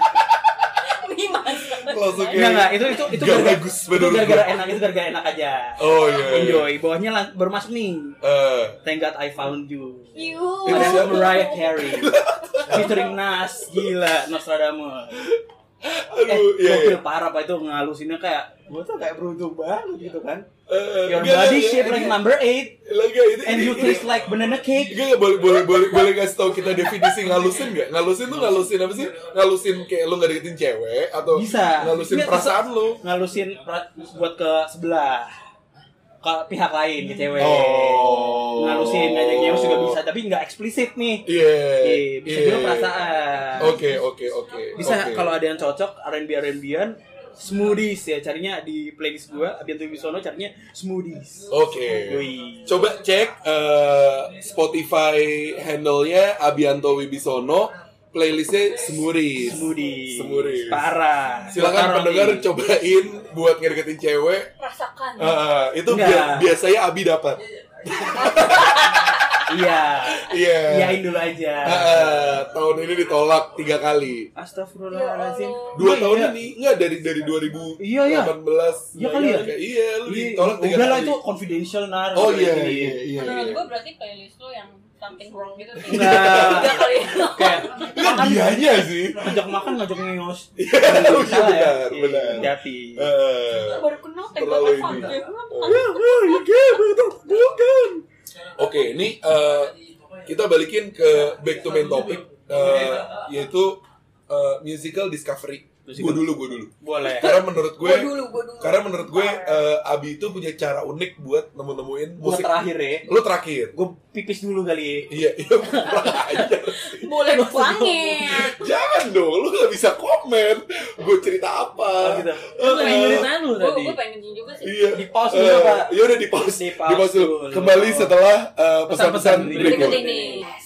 Speaker 3: Gimana?
Speaker 2: Langsung kayak-
Speaker 1: Enggak, enggak, itu itu itu
Speaker 2: Gak
Speaker 1: gara-
Speaker 2: bagus
Speaker 1: itu
Speaker 2: menurut
Speaker 1: gara-gara
Speaker 2: gua.
Speaker 1: enak, itu gara-gara enak aja.
Speaker 2: Oh iya. iya.
Speaker 1: Enjoy, bawahnya lang- baru masuk nih.
Speaker 2: Eh,
Speaker 1: Thank God I found you.
Speaker 3: Iu.
Speaker 2: Ini
Speaker 1: Ada
Speaker 2: siapa?
Speaker 1: Mariah Carey featuring Nas, gila Nostradamus.
Speaker 2: aduh, iya. iya.
Speaker 1: Eh, Gokil parah pak itu ngalusinnya kayak gua tuh kayak beruntung banget gitu kan.
Speaker 2: Eh,
Speaker 1: Your
Speaker 2: enggak,
Speaker 1: body
Speaker 2: enggak,
Speaker 1: shape like
Speaker 2: enggak.
Speaker 1: number 8
Speaker 2: Lah, enggak, itu-
Speaker 1: and you
Speaker 2: ini-
Speaker 1: taste like banana cake.
Speaker 2: Enggak, enggak, boleh boleh boleh boleh kasih tahu kita definisi ngalusin nggak? Ngalusin tuh ngalusin apa sih? Ngalusin kayak lu nggak deketin cewek atau
Speaker 1: Bisa.
Speaker 2: ngalusin
Speaker 1: Ini
Speaker 2: perasaan lu?
Speaker 1: Ngalusin pra- buat ke sebelah ke pihak lain ke cewek.
Speaker 2: Oh.
Speaker 1: ngalusin nanya Geos juga bisa tapi nggak eksplisit nih
Speaker 2: Iya.
Speaker 1: Iya, bisa
Speaker 2: iya.
Speaker 1: juga perasaan
Speaker 2: Oke, oke, oke.
Speaker 1: bisa
Speaker 2: oke.
Speaker 1: kalau ada yang cocok R&B R&Ban smoothies ya carinya di playlist gua Abianto Wibisono carinya smoothies
Speaker 2: Oke.
Speaker 1: Yoi.
Speaker 2: Coba cek eh, Spotify handle-nya Abianto Wibisono, playlistnya Semuris.
Speaker 1: smoothies
Speaker 2: Smoothies.
Speaker 1: parah
Speaker 2: Silakan
Speaker 1: Gua taruh
Speaker 2: pendengar
Speaker 1: nih.
Speaker 2: cobain buat ngedeketin cewek.
Speaker 3: rasakan
Speaker 2: Eh, eh, itu
Speaker 1: Enggak.
Speaker 2: bia- biasanya Abi dapat.
Speaker 1: iya
Speaker 2: Iya.
Speaker 1: iyain dulu aja
Speaker 2: Eh, eh, tahun ini ditolak tiga kali.
Speaker 1: Astagfirullahaladzim
Speaker 2: Dua
Speaker 1: Iya,
Speaker 2: tahun
Speaker 1: iya.
Speaker 2: ini enggak dari dari 2018.
Speaker 1: Iya, iya. Iya kali ya?
Speaker 2: Kayak, Iya, lu
Speaker 1: Iya,
Speaker 2: ditolak tiga
Speaker 1: udah lah
Speaker 2: kali.
Speaker 1: itu confidential nar
Speaker 2: Oh iya,
Speaker 1: Ini.
Speaker 2: iya, iya.
Speaker 3: menurut
Speaker 2: iya.
Speaker 3: gue berarti playlist lo yang something wrong gitu sih
Speaker 1: Nah.
Speaker 3: Tiga kali
Speaker 1: kayak
Speaker 2: Enggak dianya sih.
Speaker 1: ngajak makan ngajak ngeos
Speaker 2: Oh iya,
Speaker 1: Salah ya?
Speaker 2: benar, benar.
Speaker 1: hati-hati
Speaker 2: Eh,
Speaker 3: baru kenal tembak
Speaker 2: Terlalu
Speaker 3: apa
Speaker 2: ini.
Speaker 3: aja
Speaker 2: iya, Oke, ini eh, kita balikin ke back to main topic eh, yaitu eh, musical discovery. Gue dulu, gue dulu.
Speaker 1: boleh
Speaker 2: Karena menurut gue,
Speaker 3: gue dulu gue dulu
Speaker 2: karena menurut gue eh, Abi itu punya cara unik buat nemu-nemuin
Speaker 1: gua
Speaker 2: musik.
Speaker 1: terakhir ya
Speaker 2: Lu terakhir.
Speaker 1: gua pipis dulu kali
Speaker 2: Iya, iya. kurang ajar.
Speaker 3: boleh banget
Speaker 2: Jangan dong, lu gak bisa komen. Gue cerita
Speaker 1: Oh,
Speaker 2: apa?
Speaker 1: gitu.
Speaker 4: Lu pengen
Speaker 2: eh,
Speaker 4: nyeritain lu
Speaker 3: gue
Speaker 4: tadi.
Speaker 3: gue pengen juga sih
Speaker 2: Iya.
Speaker 1: Di pause
Speaker 2: Eh,
Speaker 1: dulu, Pak.
Speaker 2: Ya udah di pause.
Speaker 1: Di
Speaker 2: Di
Speaker 1: pause
Speaker 2: pause dulu.
Speaker 1: dulu.
Speaker 2: Kembali setelah eh, pesan-pesan
Speaker 1: Pesan-pesan
Speaker 2: berikut.
Speaker 3: berikut ini